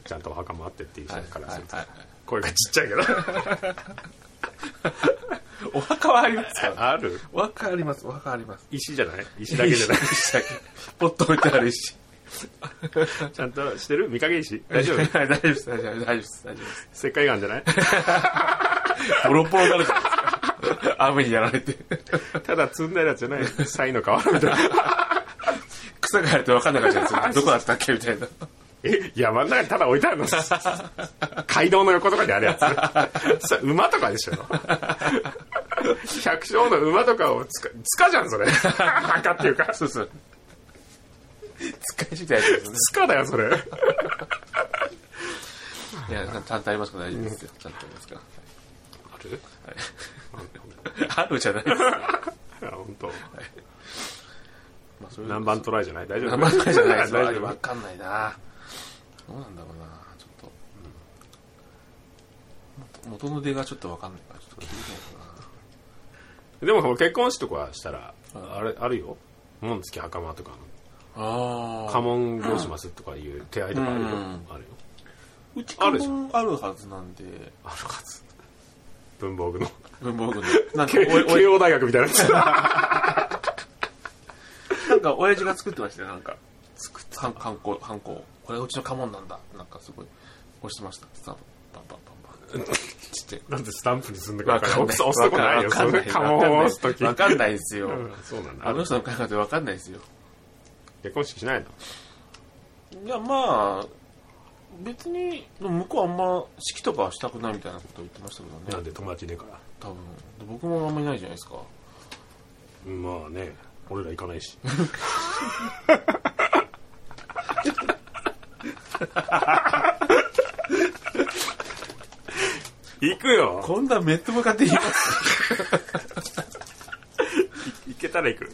S2: ちゃんとお墓もあってっていう人
S1: はい
S2: から
S1: は
S2: す
S1: い
S2: ると、
S1: はい
S2: 声がちっちゃいけど
S1: お墓はありますから
S2: ある
S1: お墓ありますお墓あります
S2: 石じゃない石だけじゃない
S1: 石だけポッと置いてある石
S2: ちゃんとしてる見かけ石大 丈
S1: はい
S2: 夫
S1: 大丈夫です大丈夫です大丈夫です
S2: 石灰岩じゃない
S1: ボロボロになるじゃないですか雨にやられて
S2: ただ積んだやつじゃ ないサイの川みたいな
S1: 草が生えて分かんなかったやつどこだったっけみたいな
S2: え山の中にただ置いてある の街道の横とかにあるやつそれ馬とかでしょ百姓の馬とかをつかつかじゃんそれ墓っていうか
S1: そうそう使い知ったやつですね
S2: つかだよそれ
S1: いやちゃんとありますから大丈夫ですよちゃんとありますから
S2: ある
S1: あるじゃないですか。
S2: いや本当。
S1: まあ、それ
S2: 何番トライじゃない大丈夫
S1: 生々しいじゃないです
S2: 大
S1: か。
S2: 丈夫
S1: わかんないな。どうなんだろうな。ちょっと。元の出がちょっとわかんないから、ちょっと聞いてみようかな。
S2: でも結婚式とかしたら、あれ、あるよ。門付き袴とかの、
S1: あ
S2: 家紋どうしますとかいう手合いとかあるよ。
S1: うん
S2: あるよ。
S1: うち
S2: あ
S1: あ
S2: る
S1: る
S2: でしょ
S1: あるはずなんで。
S2: あるはず。文房具の。
S1: 文房具の。なんか
S2: 慶、
S1: おい
S2: 応大学みたいなやつ。
S1: おいなんか親父が作ってましたよ、なんか。作った。ハンハンコ、ハンコ。これうちの家紋なんだ。なんかすごい、押してました。スタンプバンバンバンバン。ちって。
S2: なんでスタンプにすんのか
S1: わ
S2: 分か
S1: か
S2: ん
S1: ん
S2: な。
S1: ないい。
S2: 押すとこないよ。
S1: わかんない。
S2: その家紋を押すとき。
S1: わかんないですよ。
S2: うんそうなんだ。
S1: あの人の考え方わかんないですよ。
S2: 結婚式しないの
S1: いや、まあ、別に、でも向こうはあんま式とかはしたくないみたいなこと言ってましたけ
S2: な
S1: ど
S2: ん
S1: ね。
S2: で友達いねえから。
S1: 多分。僕もあんまりないじゃないですか。
S2: うんまあね、俺ら行かないし。行くよ
S1: こんな面と向かって 言います。
S2: 行けたら行く。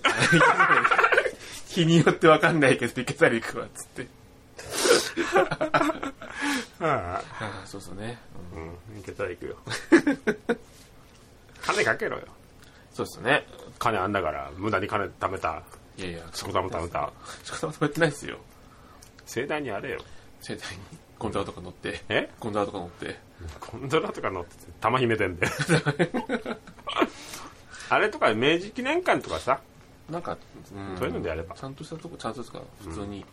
S1: 日によってわかんないけど、行けたら行くわ、つって。
S2: はあ
S1: ああ、そうそうね。うん
S2: うん、行けたら行くよ。金かけろよ。
S1: そうですね。
S2: 金あんだから、無駄に金貯めた。
S1: いやいや、
S2: しこたま貯めた。
S1: 仕事は止めてないですよ。
S2: 盛大にあれよ。
S1: 盛大に。コンドラとか乗って。
S2: え
S1: コンドラとか乗って。
S2: コンドラとか乗ってて、玉秘めてん で。あれとか、明治記念館とかさ、
S1: なんか、ん
S2: そういうのでやれば
S1: ちゃんとしたとこ、ちゃんとですか、普通に。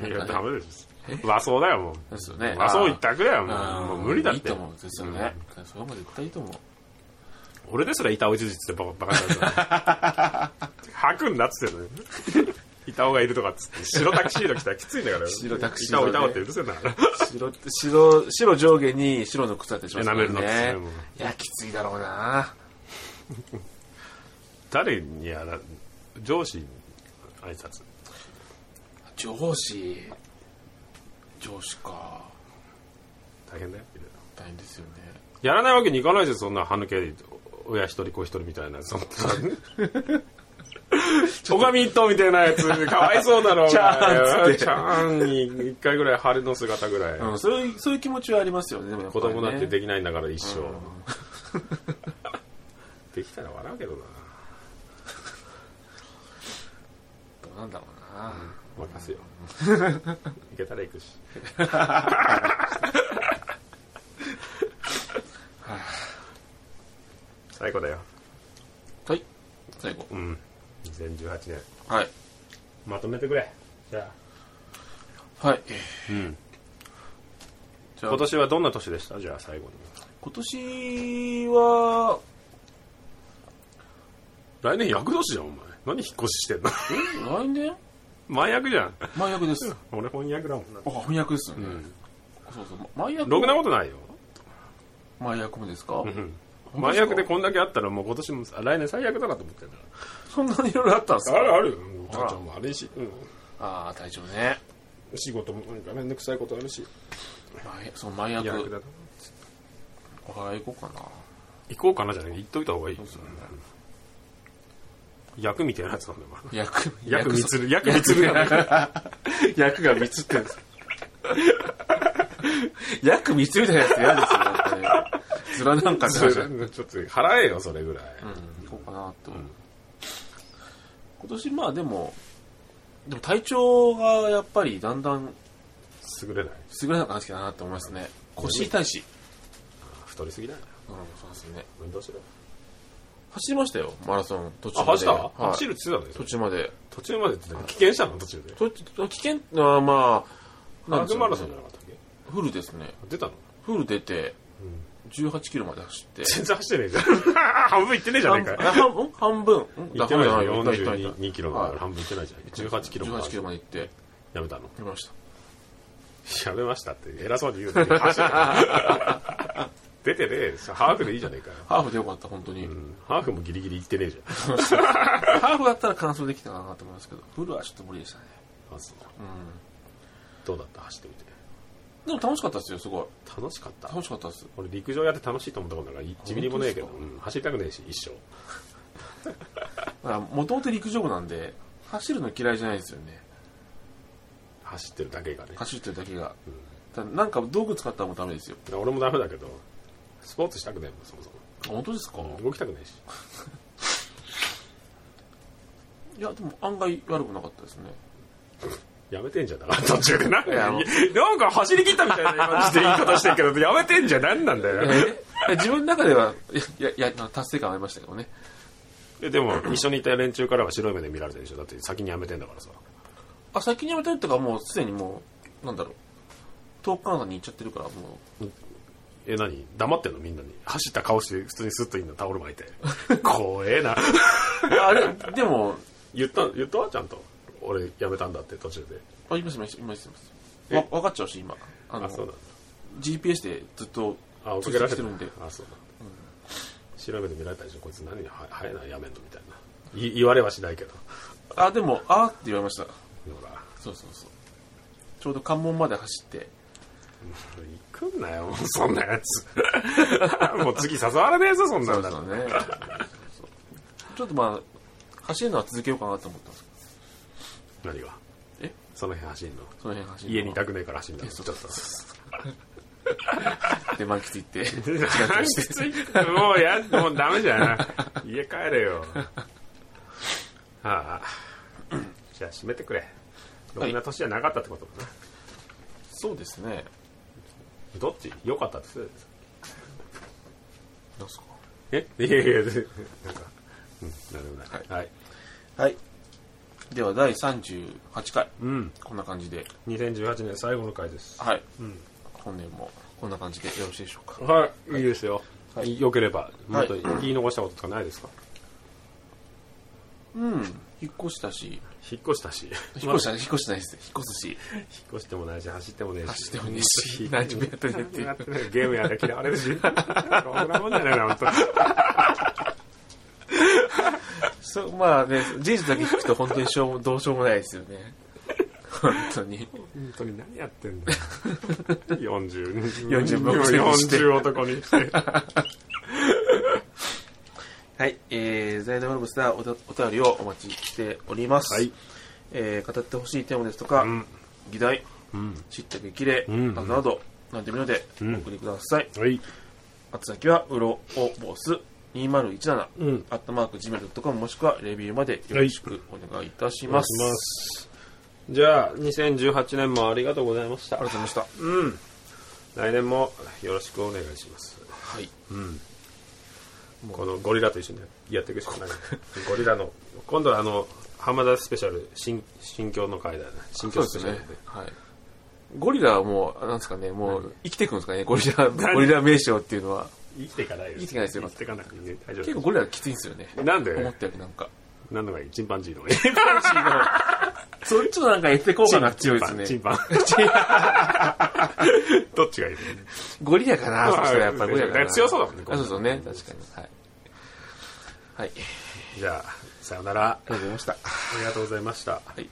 S2: いや、
S1: なんか
S2: ダメです。和装だよ、もう。
S1: ですよね。
S2: 和装一
S1: た
S2: 択だよ、も
S1: あ
S2: う
S1: ー
S2: もう無理だっ
S1: いい
S2: て。
S1: と思う、絶対ね。それはもう絶対いいと思う。
S2: 俺ですら板尾術ってバカバカだった。吐くんだっつってんのよ。板尾がいるとかっつって、白タキシード着たらきついんだからよ。
S1: 白タキシードね
S2: 板尾、板尾って許せんだから。
S1: 白、白、白上下に白の靴だってしますからね。
S2: エナメルの靴ねもう
S1: いや、きついだろうな
S2: 誰にやら、上司に挨拶。
S1: 上司。上司か。
S2: 大変だよ。
S1: 大変ですよね。
S2: やらないわけにいかないじゃん、そんな歯抜け、親一人子一人みたい な。そんな拝み一頭みたいなやつ、かわいそうだろうが。
S1: ちゃーんっつって
S2: ちゃーんに一回ぐらい春の姿ぐらい。
S1: うん、そういう、そういう気持ちはありますよね、でもやっぱ
S2: 子
S1: り、ね。
S2: 供だって
S1: で
S2: できないんだから一生、できたら笑うけどな
S1: どうなんだろうな
S2: 任せよいけたら 行くし最後だよ
S1: はい。最後
S2: う。ん2018年
S1: はい。
S2: まとめてくれじゃ
S1: はい。
S2: あ、うん、
S1: じゃあ
S2: 今、年はどんな年でしたじゃあ最後に
S1: 今年は、
S2: 来年厄年じゃんお前何引っ越ししてんの
S1: 来年
S2: 前役じゃん
S1: 前役です。
S2: 俺翻訳だもんな
S1: あ、翻訳ですよ
S2: う
S1: ね。
S2: ん
S1: そうそう。前役
S2: ろくなことないよ
S1: 前役もですか、
S2: うん前役でこんだけあったらもう今年も来年最悪だなと思ってるから
S1: そんなにいろいろあったんですか
S2: あるあるようん体調もあれし、う
S1: ああ、体調ね。
S2: ん、仕事もなんかめんどくさいことあるし
S1: 前その前役、
S2: 嫌役だな
S1: お祓い行こうかな。
S2: 行こうかなじゃない行っといた方がいい
S1: そうですよね
S2: 役みたいなやつなんだ よまあ
S1: 役、
S2: 役みつる
S1: 役
S2: 役みつるなんだよ
S1: 役が三つってんです。役三つみたいなやつ嫌ですよ、本当に。ずらなんか
S2: そ
S1: じ
S2: れ
S1: ゃ
S2: ちょ
S1: じゃ
S2: っ
S1: ん。
S2: と払えよそれぐらい、
S1: うん、行こうかなと。今年まあでも、でも体調がやっぱりだんだん
S2: 優れない
S1: 優れなくなってきたなって思いますね。腰痛いし。
S2: 太りすぎだよ
S1: うん、そうですね。
S2: 運動しろ
S1: 走りましたよ、マラソン。途中ま
S2: あ
S1: で。
S2: 走った、
S1: はい
S2: 走るって言ってたんだ
S1: 途
S2: よ
S1: 中まで。
S2: 途中までって言ってたけど棄権したの途中で
S1: とと危険あーまあ
S2: ハーフマラソンじゃ
S1: な
S2: なんか
S1: で
S2: ったっけ
S1: しょうねフルですね
S2: 出たの
S1: フル出て18キロまで走って
S2: 全然走ってねえじゃん 半分いってねえじゃねえか
S1: 半あ半分半分うん
S2: 行
S1: だ
S2: ってないじゃん
S1: 半分じゃないよ
S2: 42キロ
S1: は
S2: が
S1: い
S2: 半分いってないじゃん18キロ
S1: 18キロまで行って
S2: やめたの
S1: 見ました
S2: やめましたって偉そうに言うのに走る出てねえハーフでいいじゃねえかよ
S1: ハーフでよかった本当に、
S2: うんハーフもギリギリいってねえじゃ
S1: ハーフだったら完走できたかなと思いますけどフルはちょっと無理でしたね
S2: んあそうどうだった走ってみて
S1: でも楽しかったですよすごい
S2: 楽しかった
S1: 楽しかったです
S2: 俺陸上やって楽しいと思ったことなんか1ミリもねえけど、
S1: 本当
S2: うん走りたくねえし一生
S1: もともと陸上部なんで走るの嫌いじゃないですよね
S2: 走ってるだけがね
S1: 走ってるだけが、ただなんか道具使ったらもうダメですよ
S2: 俺もダメだけどスポーツしたくねえもんそもそ
S1: あ本当ですか、
S2: も動きたくねえし
S1: いやでも案外悪くなかったですね
S2: やめてんじゃんだから途中でなんか
S1: いやも
S2: なんか走り切ったみたいな感じで言い方してるけどやめてんじゃん何なんだよ
S1: え自分の中では、いや、いや、いや達成感ありましたけどね。
S2: いやでも一緒にいた連中からは白い目で見られてるでしょだって先にやめてんだからさ
S1: あ、先にやめたりとか、もうすでにもう、なんだろう。遠くからに行っちゃってるから、も
S2: え何黙ってんのみんなに走った顔して普通にスッといんのタオル巻いて怖えな
S1: う。 あれ、でも、
S2: 言った言ったわちゃんと俺やめたんだって途中で
S1: あ、いますいます、います、います。わ、分かっちゃうし、今。あの、
S2: あそうなんだ
S1: GPS でずっと、
S2: あ、追っかけられ
S1: してて
S2: る
S1: る
S2: ん
S1: ん
S2: で
S1: で。
S2: あ、そうなんだ。調べてみられたでしょ、こいつ何は早いな、やめんのみたいな。い言われはしないけど。
S1: あ、でも、あーって言われました。
S2: ほら、
S1: そうそうそう。ちょうど関門まで走って、
S2: 行くんなよ、もうそんなやつ。 もう次誘われねえぞ、そんな
S1: そ
S2: ん
S1: う
S2: だ
S1: だ
S2: ろ。
S1: ね。そうそうちょっとまあ、走るのは続けようかなと思ったんですけ
S2: 何が
S1: ど。え
S2: その辺走んの
S1: その辺走るのは
S2: 家にいたくねえから走んだの
S1: え
S2: ちょ
S1: そ
S2: っ
S1: う
S2: と。
S1: で、満喫行って。
S2: 何して もうや、もうダメじゃん。家帰れ よ。ああ。じゃあ閉めてくれ。ろくな年じゃなかったってことだな。
S1: そうですね。
S2: どっち良かったです。
S1: なんすか
S2: えいやいやい や、なんか、うん、なるほど。はい。はい、
S1: はい。では、第38回。
S2: うん。
S1: こんな感じで。
S2: 2018年最後の回です。
S1: はい。本年もこんな感じでよろしいでしょうか。
S2: はい、いいですよ。、
S1: はい
S2: よければ、も
S1: は
S2: っ
S1: い
S2: と言い残したこととかないですか、
S1: うん。引っ越したし、
S2: 引っ越したし、
S1: 引っ越した、引っ越してないです。引っ越すし、
S2: 引っ越してもないし、走ってもねえし。
S1: 走ってもねえし、何時もやってねえってい
S2: や
S1: う
S2: っ。てないゲームやら嫌われ るし。そんなもんじゃないな、本
S1: そう、まあね、事実だけ聞くと本当にしょうも、どうしようもないですよね。本当に。
S2: 当本当に何やってんだよ。40、
S1: 40分して
S2: 40男にして。
S1: はい。えー、財団ロブスターおたお便りをお待ちしております。
S2: はい。
S1: えー、語ってほしいテーマですとか、
S2: ん
S1: 議題、知った激励、
S2: ん
S1: などなど、なんてみるので、お送りください。
S2: はい。
S1: あつ先は、うろおぼす2017、
S2: うん
S1: アットマーク Gmail.com もしくはレビューまでよろしくお願いいたします。
S2: お願いします。じゃあ、2018年もありがとうございました
S1: あり。がとうございまし
S2: うん。来年もよろしくお願いします。
S1: た。はい。
S2: このゴリラと一緒にやっていくし かない。ゴリラの、今度はあの、浜田スペシャル、新、新境の会だよね。新
S1: そう
S2: 境
S1: で
S2: スペ
S1: す
S2: シャル
S1: ね
S2: で。。
S1: はい。ゴリラはもう、なんですかね、もう生きていくんですかね、ゴリラ、ゴリラ名称っていうのは。
S2: 生きていかないよ。
S1: 生きていかないですよ
S2: 生きていかなくて大丈夫。
S1: 結構ゴリラきついんですよね。
S2: なんで
S1: 思ったよりなんか。
S2: 何のがい いチンパンジーのがいい。
S1: そっちのなんかエステ効果が強いですね。
S2: チンパン。 どっちがいい
S1: ゴリラかな、
S2: うん
S1: そしたらやっぱりゴリラか
S2: う
S1: な。
S2: ん強そうだもんね
S1: あそうそうね、確かに。はい。はい。
S2: じゃあ、さよなら。
S1: ありがとうございました。
S2: ありがとうございました。
S1: はい。